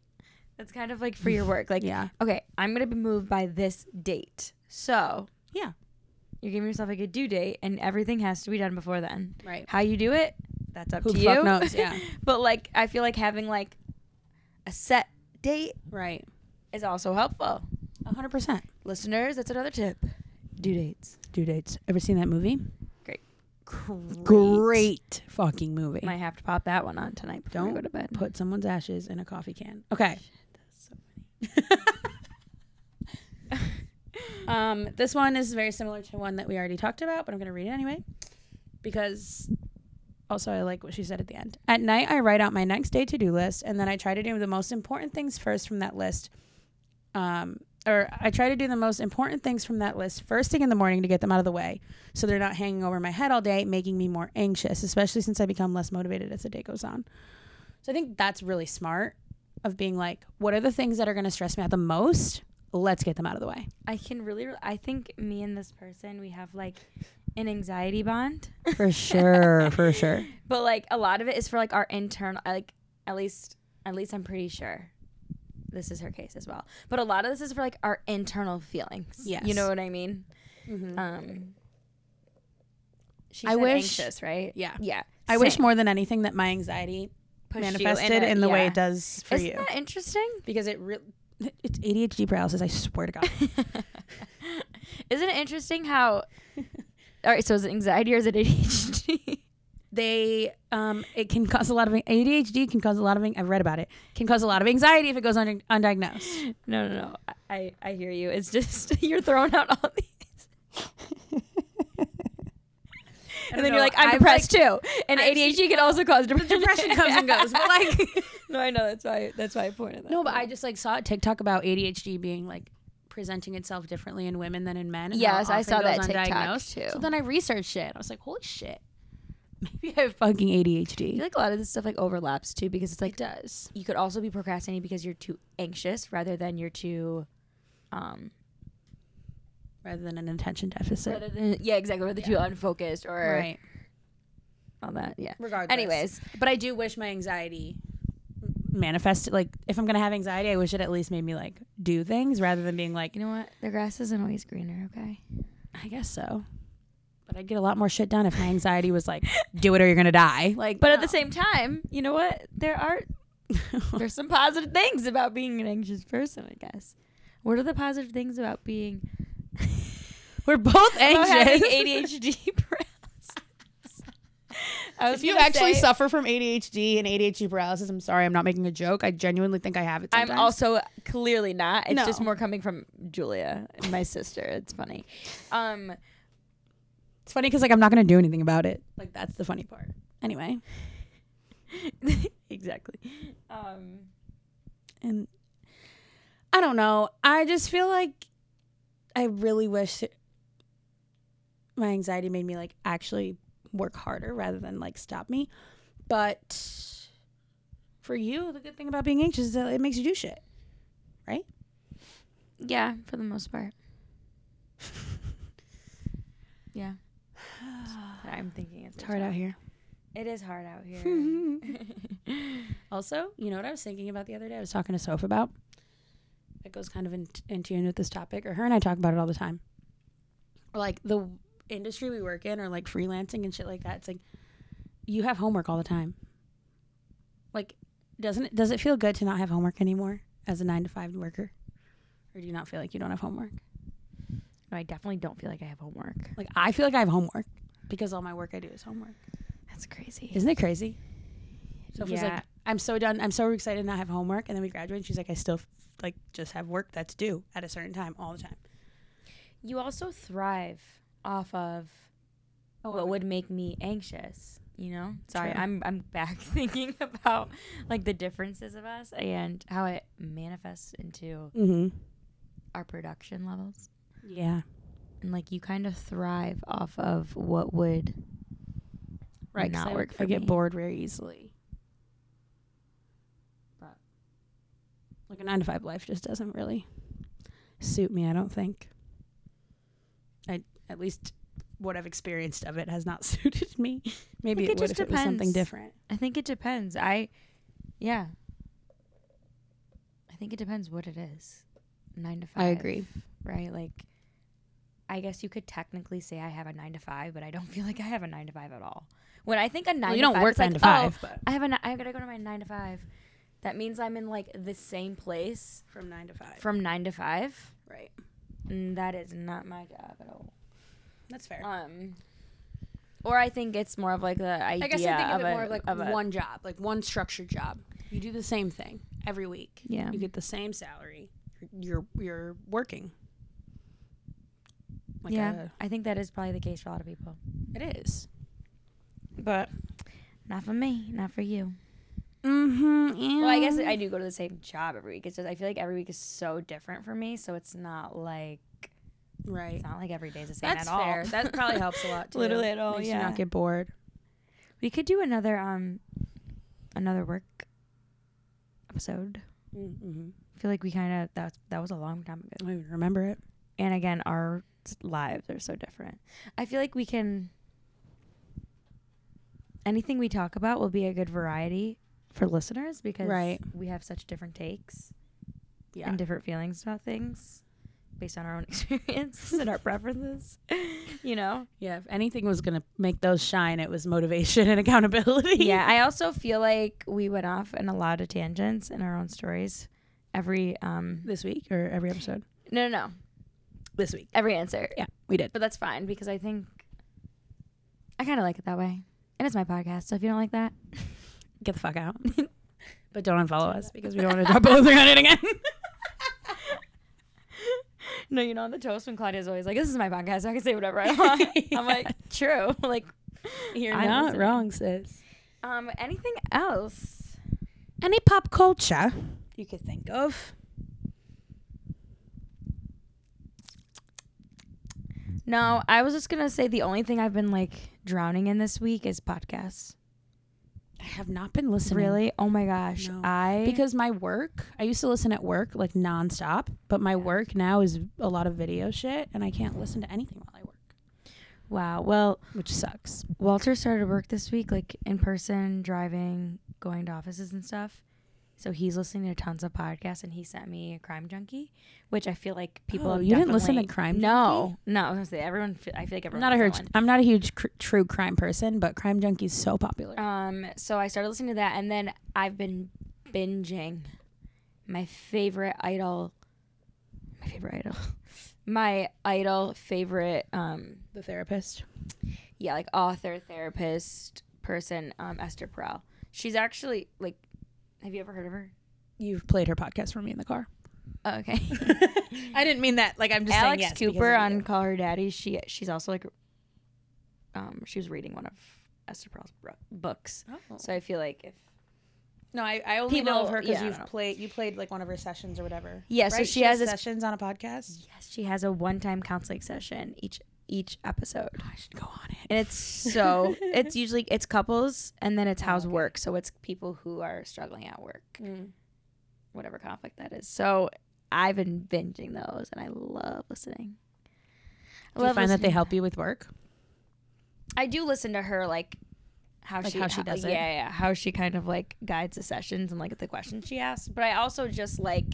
[SPEAKER 2] That's kind of like for your work. Like,
[SPEAKER 1] yeah,
[SPEAKER 2] okay, I'm gonna be moved by this date. So
[SPEAKER 1] Yeah.
[SPEAKER 2] you're giving yourself like a due date, and everything has to be done before then.
[SPEAKER 1] right.
[SPEAKER 2] How you do it, that's up
[SPEAKER 1] Who
[SPEAKER 2] to
[SPEAKER 1] the
[SPEAKER 2] you.
[SPEAKER 1] fuck knows? Yeah,
[SPEAKER 2] but like, I feel like having like a set date
[SPEAKER 1] right.
[SPEAKER 2] is also helpful.
[SPEAKER 1] hundred percent.
[SPEAKER 2] Listeners, that's another tip. Due dates.
[SPEAKER 1] Due dates. Ever seen that movie?
[SPEAKER 2] Great.
[SPEAKER 1] Great fucking movie.
[SPEAKER 2] Might have to pop that one on tonight before
[SPEAKER 1] Don't
[SPEAKER 2] we go to bed.
[SPEAKER 1] Put someone's ashes in a coffee can. Okay. Um, this one is very similar to one that we already talked about, but I'm going to read it anyway because also I like what she said at the end. At night, I write out my next day to do list and then I try to do the most important things first from that list. Um, or I try to do the most important things from that list first thing in the morning to get them out of the way so they're not hanging over my head all day, making me more anxious, especially since I become less motivated as the day goes on. So I think that's really smart of being like, what are the things that are going to stress me out the most? Let's get them out of the way.
[SPEAKER 2] I can really, re- I think me and this person, we have like an anxiety bond.
[SPEAKER 1] For sure, for sure.
[SPEAKER 2] But like a lot of it is for like our internal, like at least, at least I'm pretty sure this is her case as well. But a lot of this is for like our internal feelings. You
[SPEAKER 1] Yes.
[SPEAKER 2] know what I mean?
[SPEAKER 1] Mhm.
[SPEAKER 2] Um, she
[SPEAKER 1] I
[SPEAKER 2] said
[SPEAKER 1] wish-
[SPEAKER 2] anxious, right?
[SPEAKER 1] Yeah.
[SPEAKER 2] Yeah.
[SPEAKER 1] I wish
[SPEAKER 2] Same.
[SPEAKER 1] more than anything that my anxiety
[SPEAKER 2] Push you
[SPEAKER 1] manifested in,
[SPEAKER 2] a-
[SPEAKER 1] the way
[SPEAKER 2] yeah.
[SPEAKER 1] it does for
[SPEAKER 2] Isn't
[SPEAKER 1] you
[SPEAKER 2] that interesting?
[SPEAKER 1] because it really it's ADHD paralysis. I swear to God.
[SPEAKER 2] Isn't it interesting how? All right, so is it anxiety or is it ADHD?
[SPEAKER 1] they um, it can cause a lot of ADHD can cause a lot of I've read about it can cause a lot of anxiety if it goes un- undiagnosed.
[SPEAKER 2] No, no, no. I, I hear you. It's just you're throwing out all these. and then
[SPEAKER 1] know.
[SPEAKER 2] you're like, I'm
[SPEAKER 1] I've,
[SPEAKER 2] depressed too. And
[SPEAKER 1] I've
[SPEAKER 2] ADHD can also cause depression.
[SPEAKER 1] Depression comes and goes, but like
[SPEAKER 2] no, I know that's why that's why I pointed that.
[SPEAKER 1] no, but
[SPEAKER 2] out.
[SPEAKER 1] I just like saw a TikTok about ADHD being like presenting itself differently in women than in men. and
[SPEAKER 2] Yes,
[SPEAKER 1] how
[SPEAKER 2] I
[SPEAKER 1] often
[SPEAKER 2] saw
[SPEAKER 1] it goes
[SPEAKER 2] that TikTok,
[SPEAKER 1] undiagnosed.
[SPEAKER 2] too.
[SPEAKER 1] So then I researched it. I was like, holy shit, maybe I have fucking
[SPEAKER 2] I
[SPEAKER 1] ADHD.
[SPEAKER 2] feel like a lot of this stuff like overlaps too because it's like
[SPEAKER 1] does.
[SPEAKER 2] you could also be procrastinating because you're too anxious rather than you're too um
[SPEAKER 1] rather than an attention deficit.
[SPEAKER 2] rather than yeah, exactly, rather too unfocused or
[SPEAKER 1] Right.
[SPEAKER 2] all that. Yeah.
[SPEAKER 1] Regardless.
[SPEAKER 2] Anyways,
[SPEAKER 1] but I do wish my anxiety manifested. Like, if I'm gonna have anxiety, I wish it at least made me like do things rather than being like,
[SPEAKER 2] you know what? The grass isn't always greener, okay?
[SPEAKER 1] I guess so. But I'd get a lot more shit done if my anxiety was like, do it or you're gonna die. Like,
[SPEAKER 2] But at the same time, you know what? There are there's some positive things about being an anxious person, I guess. What are the positive things about being
[SPEAKER 1] we're both
[SPEAKER 2] about
[SPEAKER 1] anxious.
[SPEAKER 2] having ADHD paralysis? I was
[SPEAKER 1] If you
[SPEAKER 2] gonna
[SPEAKER 1] actually
[SPEAKER 2] say,
[SPEAKER 1] suffer from ADHD and ADHD paralysis, I'm sorry, I'm not making a joke. I genuinely think I have it.
[SPEAKER 2] I'm
[SPEAKER 1] Sometimes.
[SPEAKER 2] also clearly not. It's
[SPEAKER 1] No.
[SPEAKER 2] just more coming from Julia, my sister. It's funny. Um,
[SPEAKER 1] It's funny because like I'm not gonna do anything about it. Like that's the funny part. Anyway,
[SPEAKER 2] exactly. Um,
[SPEAKER 1] and I don't know. I just feel like I really wish my anxiety made me like actually work harder rather than like stop me. But for you, the good thing about being anxious is that it makes you do shit.
[SPEAKER 2] yeah, for the most part. yeah, I'm thinking it's
[SPEAKER 1] It's hard out here.
[SPEAKER 2] It is hard out here.
[SPEAKER 1] Also, you know what I was thinking about the other day? I was talking to Soph about. It goes kind of in, in tune with this topic, or her and I talk about it all the time. Or like the industry we work in, or like freelancing and shit like that. It's like you have homework all the time. Like, doesn't it? Does it feel good to not have homework anymore as a nine to five worker? Or do you not feel like you don't have homework?
[SPEAKER 2] No, I definitely don't feel like I have homework.
[SPEAKER 1] Like I feel like I have homework because all my work I do is homework.
[SPEAKER 2] That's crazy.
[SPEAKER 1] Isn't it crazy? Soph was
[SPEAKER 2] Yeah.
[SPEAKER 1] like, I'm so done. I'm so excited to not have homework. And then we graduate. And she's like, I still like just have work that's due at a certain time all the time.
[SPEAKER 2] you also thrive off of what Oh, would make me anxious you know sorry
[SPEAKER 1] True.
[SPEAKER 2] i'm i'm back thinking about like the differences of us and how it manifests into
[SPEAKER 1] Mm-hmm.
[SPEAKER 2] our production levels
[SPEAKER 1] Yeah.
[SPEAKER 2] and like you kind of thrive off of what would
[SPEAKER 1] Right. 'cause
[SPEAKER 2] not
[SPEAKER 1] I,
[SPEAKER 2] work for
[SPEAKER 1] I get
[SPEAKER 2] me.
[SPEAKER 1] bored very easily. But like a nine to five life just doesn't really suit me. I don't think. I at least what I've experienced of it has not suited me. Maybe
[SPEAKER 2] think
[SPEAKER 1] it,
[SPEAKER 2] it
[SPEAKER 1] would
[SPEAKER 2] just
[SPEAKER 1] if it was something
[SPEAKER 2] depends.
[SPEAKER 1] different.
[SPEAKER 2] i think it depends i yeah i think it depends what it is nine to five right? Like, I guess you could technically say I have a nine to five, but I don't feel like I have a nine to five at all. When I think a nine,
[SPEAKER 1] Well,
[SPEAKER 2] to
[SPEAKER 1] you don't
[SPEAKER 2] five,
[SPEAKER 1] work
[SPEAKER 2] it's like,
[SPEAKER 1] nine to
[SPEAKER 2] oh,
[SPEAKER 1] five, but
[SPEAKER 2] I have a. ni- I gotta go to my nine to five. That means I'm in like the same place
[SPEAKER 1] from nine to five.
[SPEAKER 2] from nine to five.
[SPEAKER 1] right.
[SPEAKER 2] And that is not my job at all.
[SPEAKER 1] That's fair.
[SPEAKER 2] Um, or I think it's more of like the idea
[SPEAKER 1] I guess I think of, it
[SPEAKER 2] a-
[SPEAKER 1] more of like
[SPEAKER 2] a-
[SPEAKER 1] one job, like one structured job. You do the same thing every week.
[SPEAKER 2] Yeah.
[SPEAKER 1] You get the same salary. You're you're working. Like
[SPEAKER 2] yeah, I think that is probably the case for a lot of people.
[SPEAKER 1] a- it is.
[SPEAKER 2] But not for me, not for you.
[SPEAKER 1] Mm-hmm.
[SPEAKER 2] Well, I guess I do go to the same job every week. It's just I feel like every week is so different for me, so it's not like
[SPEAKER 1] right.
[SPEAKER 2] it's not like every day is the same
[SPEAKER 1] That's
[SPEAKER 2] at all.
[SPEAKER 1] fair. That probably helps a lot too.
[SPEAKER 2] Literally at all,
[SPEAKER 1] Makes you
[SPEAKER 2] yeah.
[SPEAKER 1] not get bored.
[SPEAKER 2] We could do another um another work episode.
[SPEAKER 1] Mm-hmm.
[SPEAKER 2] I feel like we kind of that that was a long time
[SPEAKER 1] I
[SPEAKER 2] ago.
[SPEAKER 1] don't even remember it.
[SPEAKER 2] And again, our s- lives are so different. I feel like we can anything we talk about will be a good variety for listeners because
[SPEAKER 1] Right.
[SPEAKER 2] we have such different takes.
[SPEAKER 1] Yeah.
[SPEAKER 2] and different feelings about things based on our own experiences and our preferences. You know?
[SPEAKER 1] yeah. If anything was gonna make those shine, it was motivation and accountability.
[SPEAKER 2] yeah, I also feel like we went off in a lot of tangents in our own stories. Every um
[SPEAKER 1] This week or every episode.
[SPEAKER 2] no no no.
[SPEAKER 1] This week.
[SPEAKER 2] Every answer.
[SPEAKER 1] Yeah, we did.
[SPEAKER 2] But that's fine because I think I kinda like it that way. And it's my podcast, so if you don't like that,
[SPEAKER 1] Get the fuck out. but don't unfollow us because we don't want to drop anything on it again.
[SPEAKER 2] no, you know, on the toast when Claudia's always like, "This is my podcast, so I can say whatever I want." I'm like, "True." like,
[SPEAKER 1] You're
[SPEAKER 2] I'm
[SPEAKER 1] not
[SPEAKER 2] listening.
[SPEAKER 1] wrong, sis.
[SPEAKER 2] um, anything else?
[SPEAKER 1] Any pop culture you could think of?
[SPEAKER 2] No, I was just gonna say the only thing I've been like drowning in this week is podcasts.
[SPEAKER 1] I have not been listening.
[SPEAKER 2] Really? Oh my gosh,
[SPEAKER 1] No.
[SPEAKER 2] I
[SPEAKER 1] Because my work, I used to listen at work like nonstop, but my work now is a lot of video shit, and I can't listen to anything while I work,
[SPEAKER 2] wow. Well,
[SPEAKER 1] which sucks.
[SPEAKER 2] Walter started work this week, like in person, driving, going to offices and stuff. So he's listening to tons of podcasts, and he sent me Crime Junkie, which I feel like people.
[SPEAKER 1] Oh,
[SPEAKER 2] have
[SPEAKER 1] you didn't listen to
[SPEAKER 2] definitely-
[SPEAKER 1] Crime
[SPEAKER 2] No, no. I was gonna say everyone. Feel, I feel like
[SPEAKER 1] I'm
[SPEAKER 2] everyone.
[SPEAKER 1] not a
[SPEAKER 2] heard.
[SPEAKER 1] huge, I'm not a huge cr- true crime person, but Crime Junkie's so popular.
[SPEAKER 2] Um, so I started listening to that, and then I've been binging my favorite idol, my favorite idol, my idol favorite, um,
[SPEAKER 1] the therapist.
[SPEAKER 2] yeah, like author, therapist, person, um, Esther Perel. She's actually like, have you ever heard of her?
[SPEAKER 1] You've played her podcast for me in the car.
[SPEAKER 2] Oh, okay,
[SPEAKER 1] I didn't mean that. Like I'm just
[SPEAKER 2] Alex Cooper on Call Her Daddy. She she's also like, um, she was reading one of Esther Perel's bro- books.
[SPEAKER 1] Oh.
[SPEAKER 2] So I feel like if
[SPEAKER 1] No, I, I only
[SPEAKER 2] People-
[SPEAKER 1] know of her
[SPEAKER 2] yeah,
[SPEAKER 1] because
[SPEAKER 2] I
[SPEAKER 1] you've
[SPEAKER 2] don't know.
[SPEAKER 1] played you played like one of her sessions or whatever.
[SPEAKER 2] Yeah, so she has this-
[SPEAKER 1] sessions on a podcast.
[SPEAKER 2] yes, she has a one time counseling session each each episode.
[SPEAKER 1] I should go on it.
[SPEAKER 2] and it's so it's usually it's couples and then it's how's work so it's people who are struggling at work
[SPEAKER 1] Mm.
[SPEAKER 2] whatever conflict that is so i've been binging those and i love listening I
[SPEAKER 1] Do you find that they
[SPEAKER 2] listening.
[SPEAKER 1] help you with work?
[SPEAKER 2] i do listen to her like how
[SPEAKER 1] Like
[SPEAKER 2] she
[SPEAKER 1] how she does it?
[SPEAKER 2] yeah, yeah yeah, how she kind of like guides the sessions and like the questions she asks but i also just like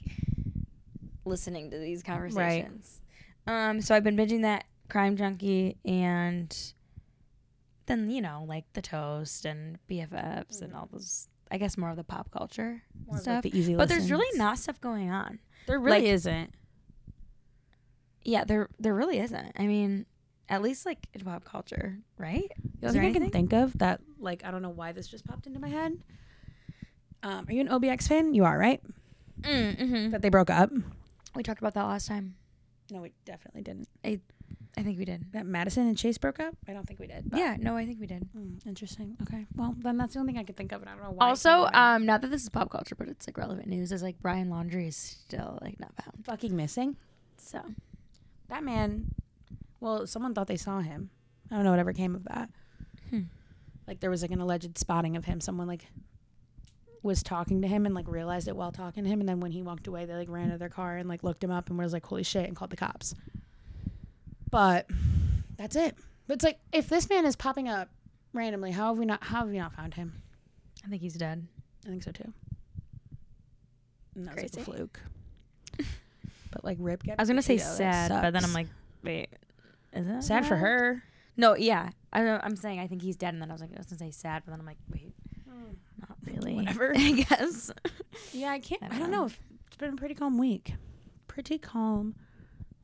[SPEAKER 2] listening to these conversations um so i've been binging that crime junkie and then you know like the toast and bffs
[SPEAKER 1] Mm.
[SPEAKER 2] and all those i guess more of the pop culture stuff
[SPEAKER 1] the easy
[SPEAKER 2] but there's really not stuff going on
[SPEAKER 1] There
[SPEAKER 2] really
[SPEAKER 1] isn't.
[SPEAKER 2] yeah there there really isn't i mean at least like in pop culture right
[SPEAKER 1] The
[SPEAKER 2] Is
[SPEAKER 1] only thing
[SPEAKER 2] there
[SPEAKER 1] I can
[SPEAKER 2] anything?
[SPEAKER 1] think of that, like, I don't know why this just popped into my head. Um, are you an OBX fan? You are, right?
[SPEAKER 2] mm-hmm.
[SPEAKER 1] That they broke up.
[SPEAKER 2] we talked about that last time
[SPEAKER 1] No, we definitely didn't.
[SPEAKER 2] i think we did
[SPEAKER 1] That Madison and Chase broke up. I don't think we did. but-
[SPEAKER 2] yeah no i think we did
[SPEAKER 1] Mm, interesting. Okay. Well, then that's the only thing I could think of, and I don't know why. it
[SPEAKER 2] also
[SPEAKER 1] came to my head.
[SPEAKER 2] um not that this is pop culture but it's like relevant news is like brian laundry is still like not found
[SPEAKER 1] fucking missing.
[SPEAKER 2] so
[SPEAKER 1] That man, well, someone thought they saw him. I don't know whatever came of that.
[SPEAKER 2] Hmm.
[SPEAKER 1] Like there was like an alleged spotting of him. Someone like was talking to him and like realized it while talking to him, and then when he walked away, they like ran out of their car and like looked him up and was like, "Holy shit!" and called the cops. But that's it. But it's like if this man is popping up randomly, how have we not? How have we not found him?
[SPEAKER 2] i think he's dead
[SPEAKER 1] I think so too. And that was like
[SPEAKER 2] Crazy.
[SPEAKER 1] a fluke. but like, rip.
[SPEAKER 2] i was gonna say
[SPEAKER 1] Gabby Petito, that
[SPEAKER 2] sad but then i'm
[SPEAKER 1] sucks.
[SPEAKER 2] like wait is that
[SPEAKER 1] sad for
[SPEAKER 2] bad?
[SPEAKER 1] her.
[SPEAKER 2] no yeah I know, i'm saying i think he's dead and then i was like i was gonna say sad but then i'm like wait not really
[SPEAKER 1] Whatever.
[SPEAKER 2] i guess
[SPEAKER 1] Mm. Yeah, I can't.
[SPEAKER 2] I
[SPEAKER 1] I
[SPEAKER 2] don't
[SPEAKER 1] don't
[SPEAKER 2] know.
[SPEAKER 1] know. if- It's been a pretty calm week. Pretty calm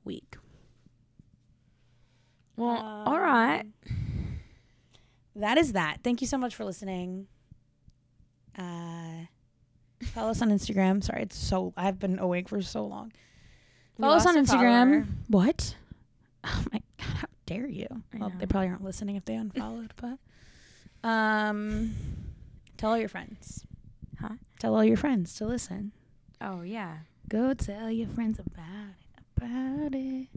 [SPEAKER 1] week.
[SPEAKER 2] well all right
[SPEAKER 1] Um, That is that. Thank you so much for listening. Uh, follow us on Instagram. Sorry, it's so I've been awake for so long.
[SPEAKER 2] We
[SPEAKER 1] Follow us
[SPEAKER 2] lost
[SPEAKER 1] on
[SPEAKER 2] a
[SPEAKER 1] Instagram.
[SPEAKER 2] follower.
[SPEAKER 1] What? Oh my god! How dare you?
[SPEAKER 2] I
[SPEAKER 1] Well,
[SPEAKER 2] know.
[SPEAKER 1] they probably aren't listening if they unfollowed, but um, tell all your friends.
[SPEAKER 2] Huh?
[SPEAKER 1] Tell all your friends to listen.
[SPEAKER 2] oh yeah
[SPEAKER 1] Go tell your friends about it. About it.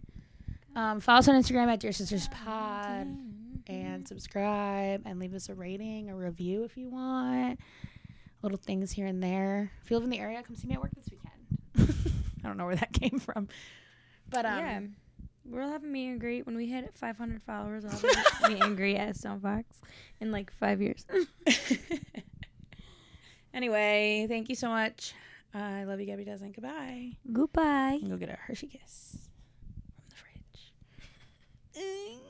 [SPEAKER 1] Um, follow us on Instagram at Dear Sisters
[SPEAKER 2] Oh,
[SPEAKER 1] Pod and subscribe and leave us a rating, a review if you want. Little things here and there. If you live in the area, come see me at work this weekend. I don't know where that came from, but um,
[SPEAKER 2] yeah, we'll have a meet and greet when we hit 500 followers. I'll have a meet and greet at Stone Fox in like five years.
[SPEAKER 1] anyway, thank you so much. I love you, Gabby Doesn't. Goodbye.
[SPEAKER 2] Goodbye.
[SPEAKER 1] You can go get a Hershey kiss from the fridge.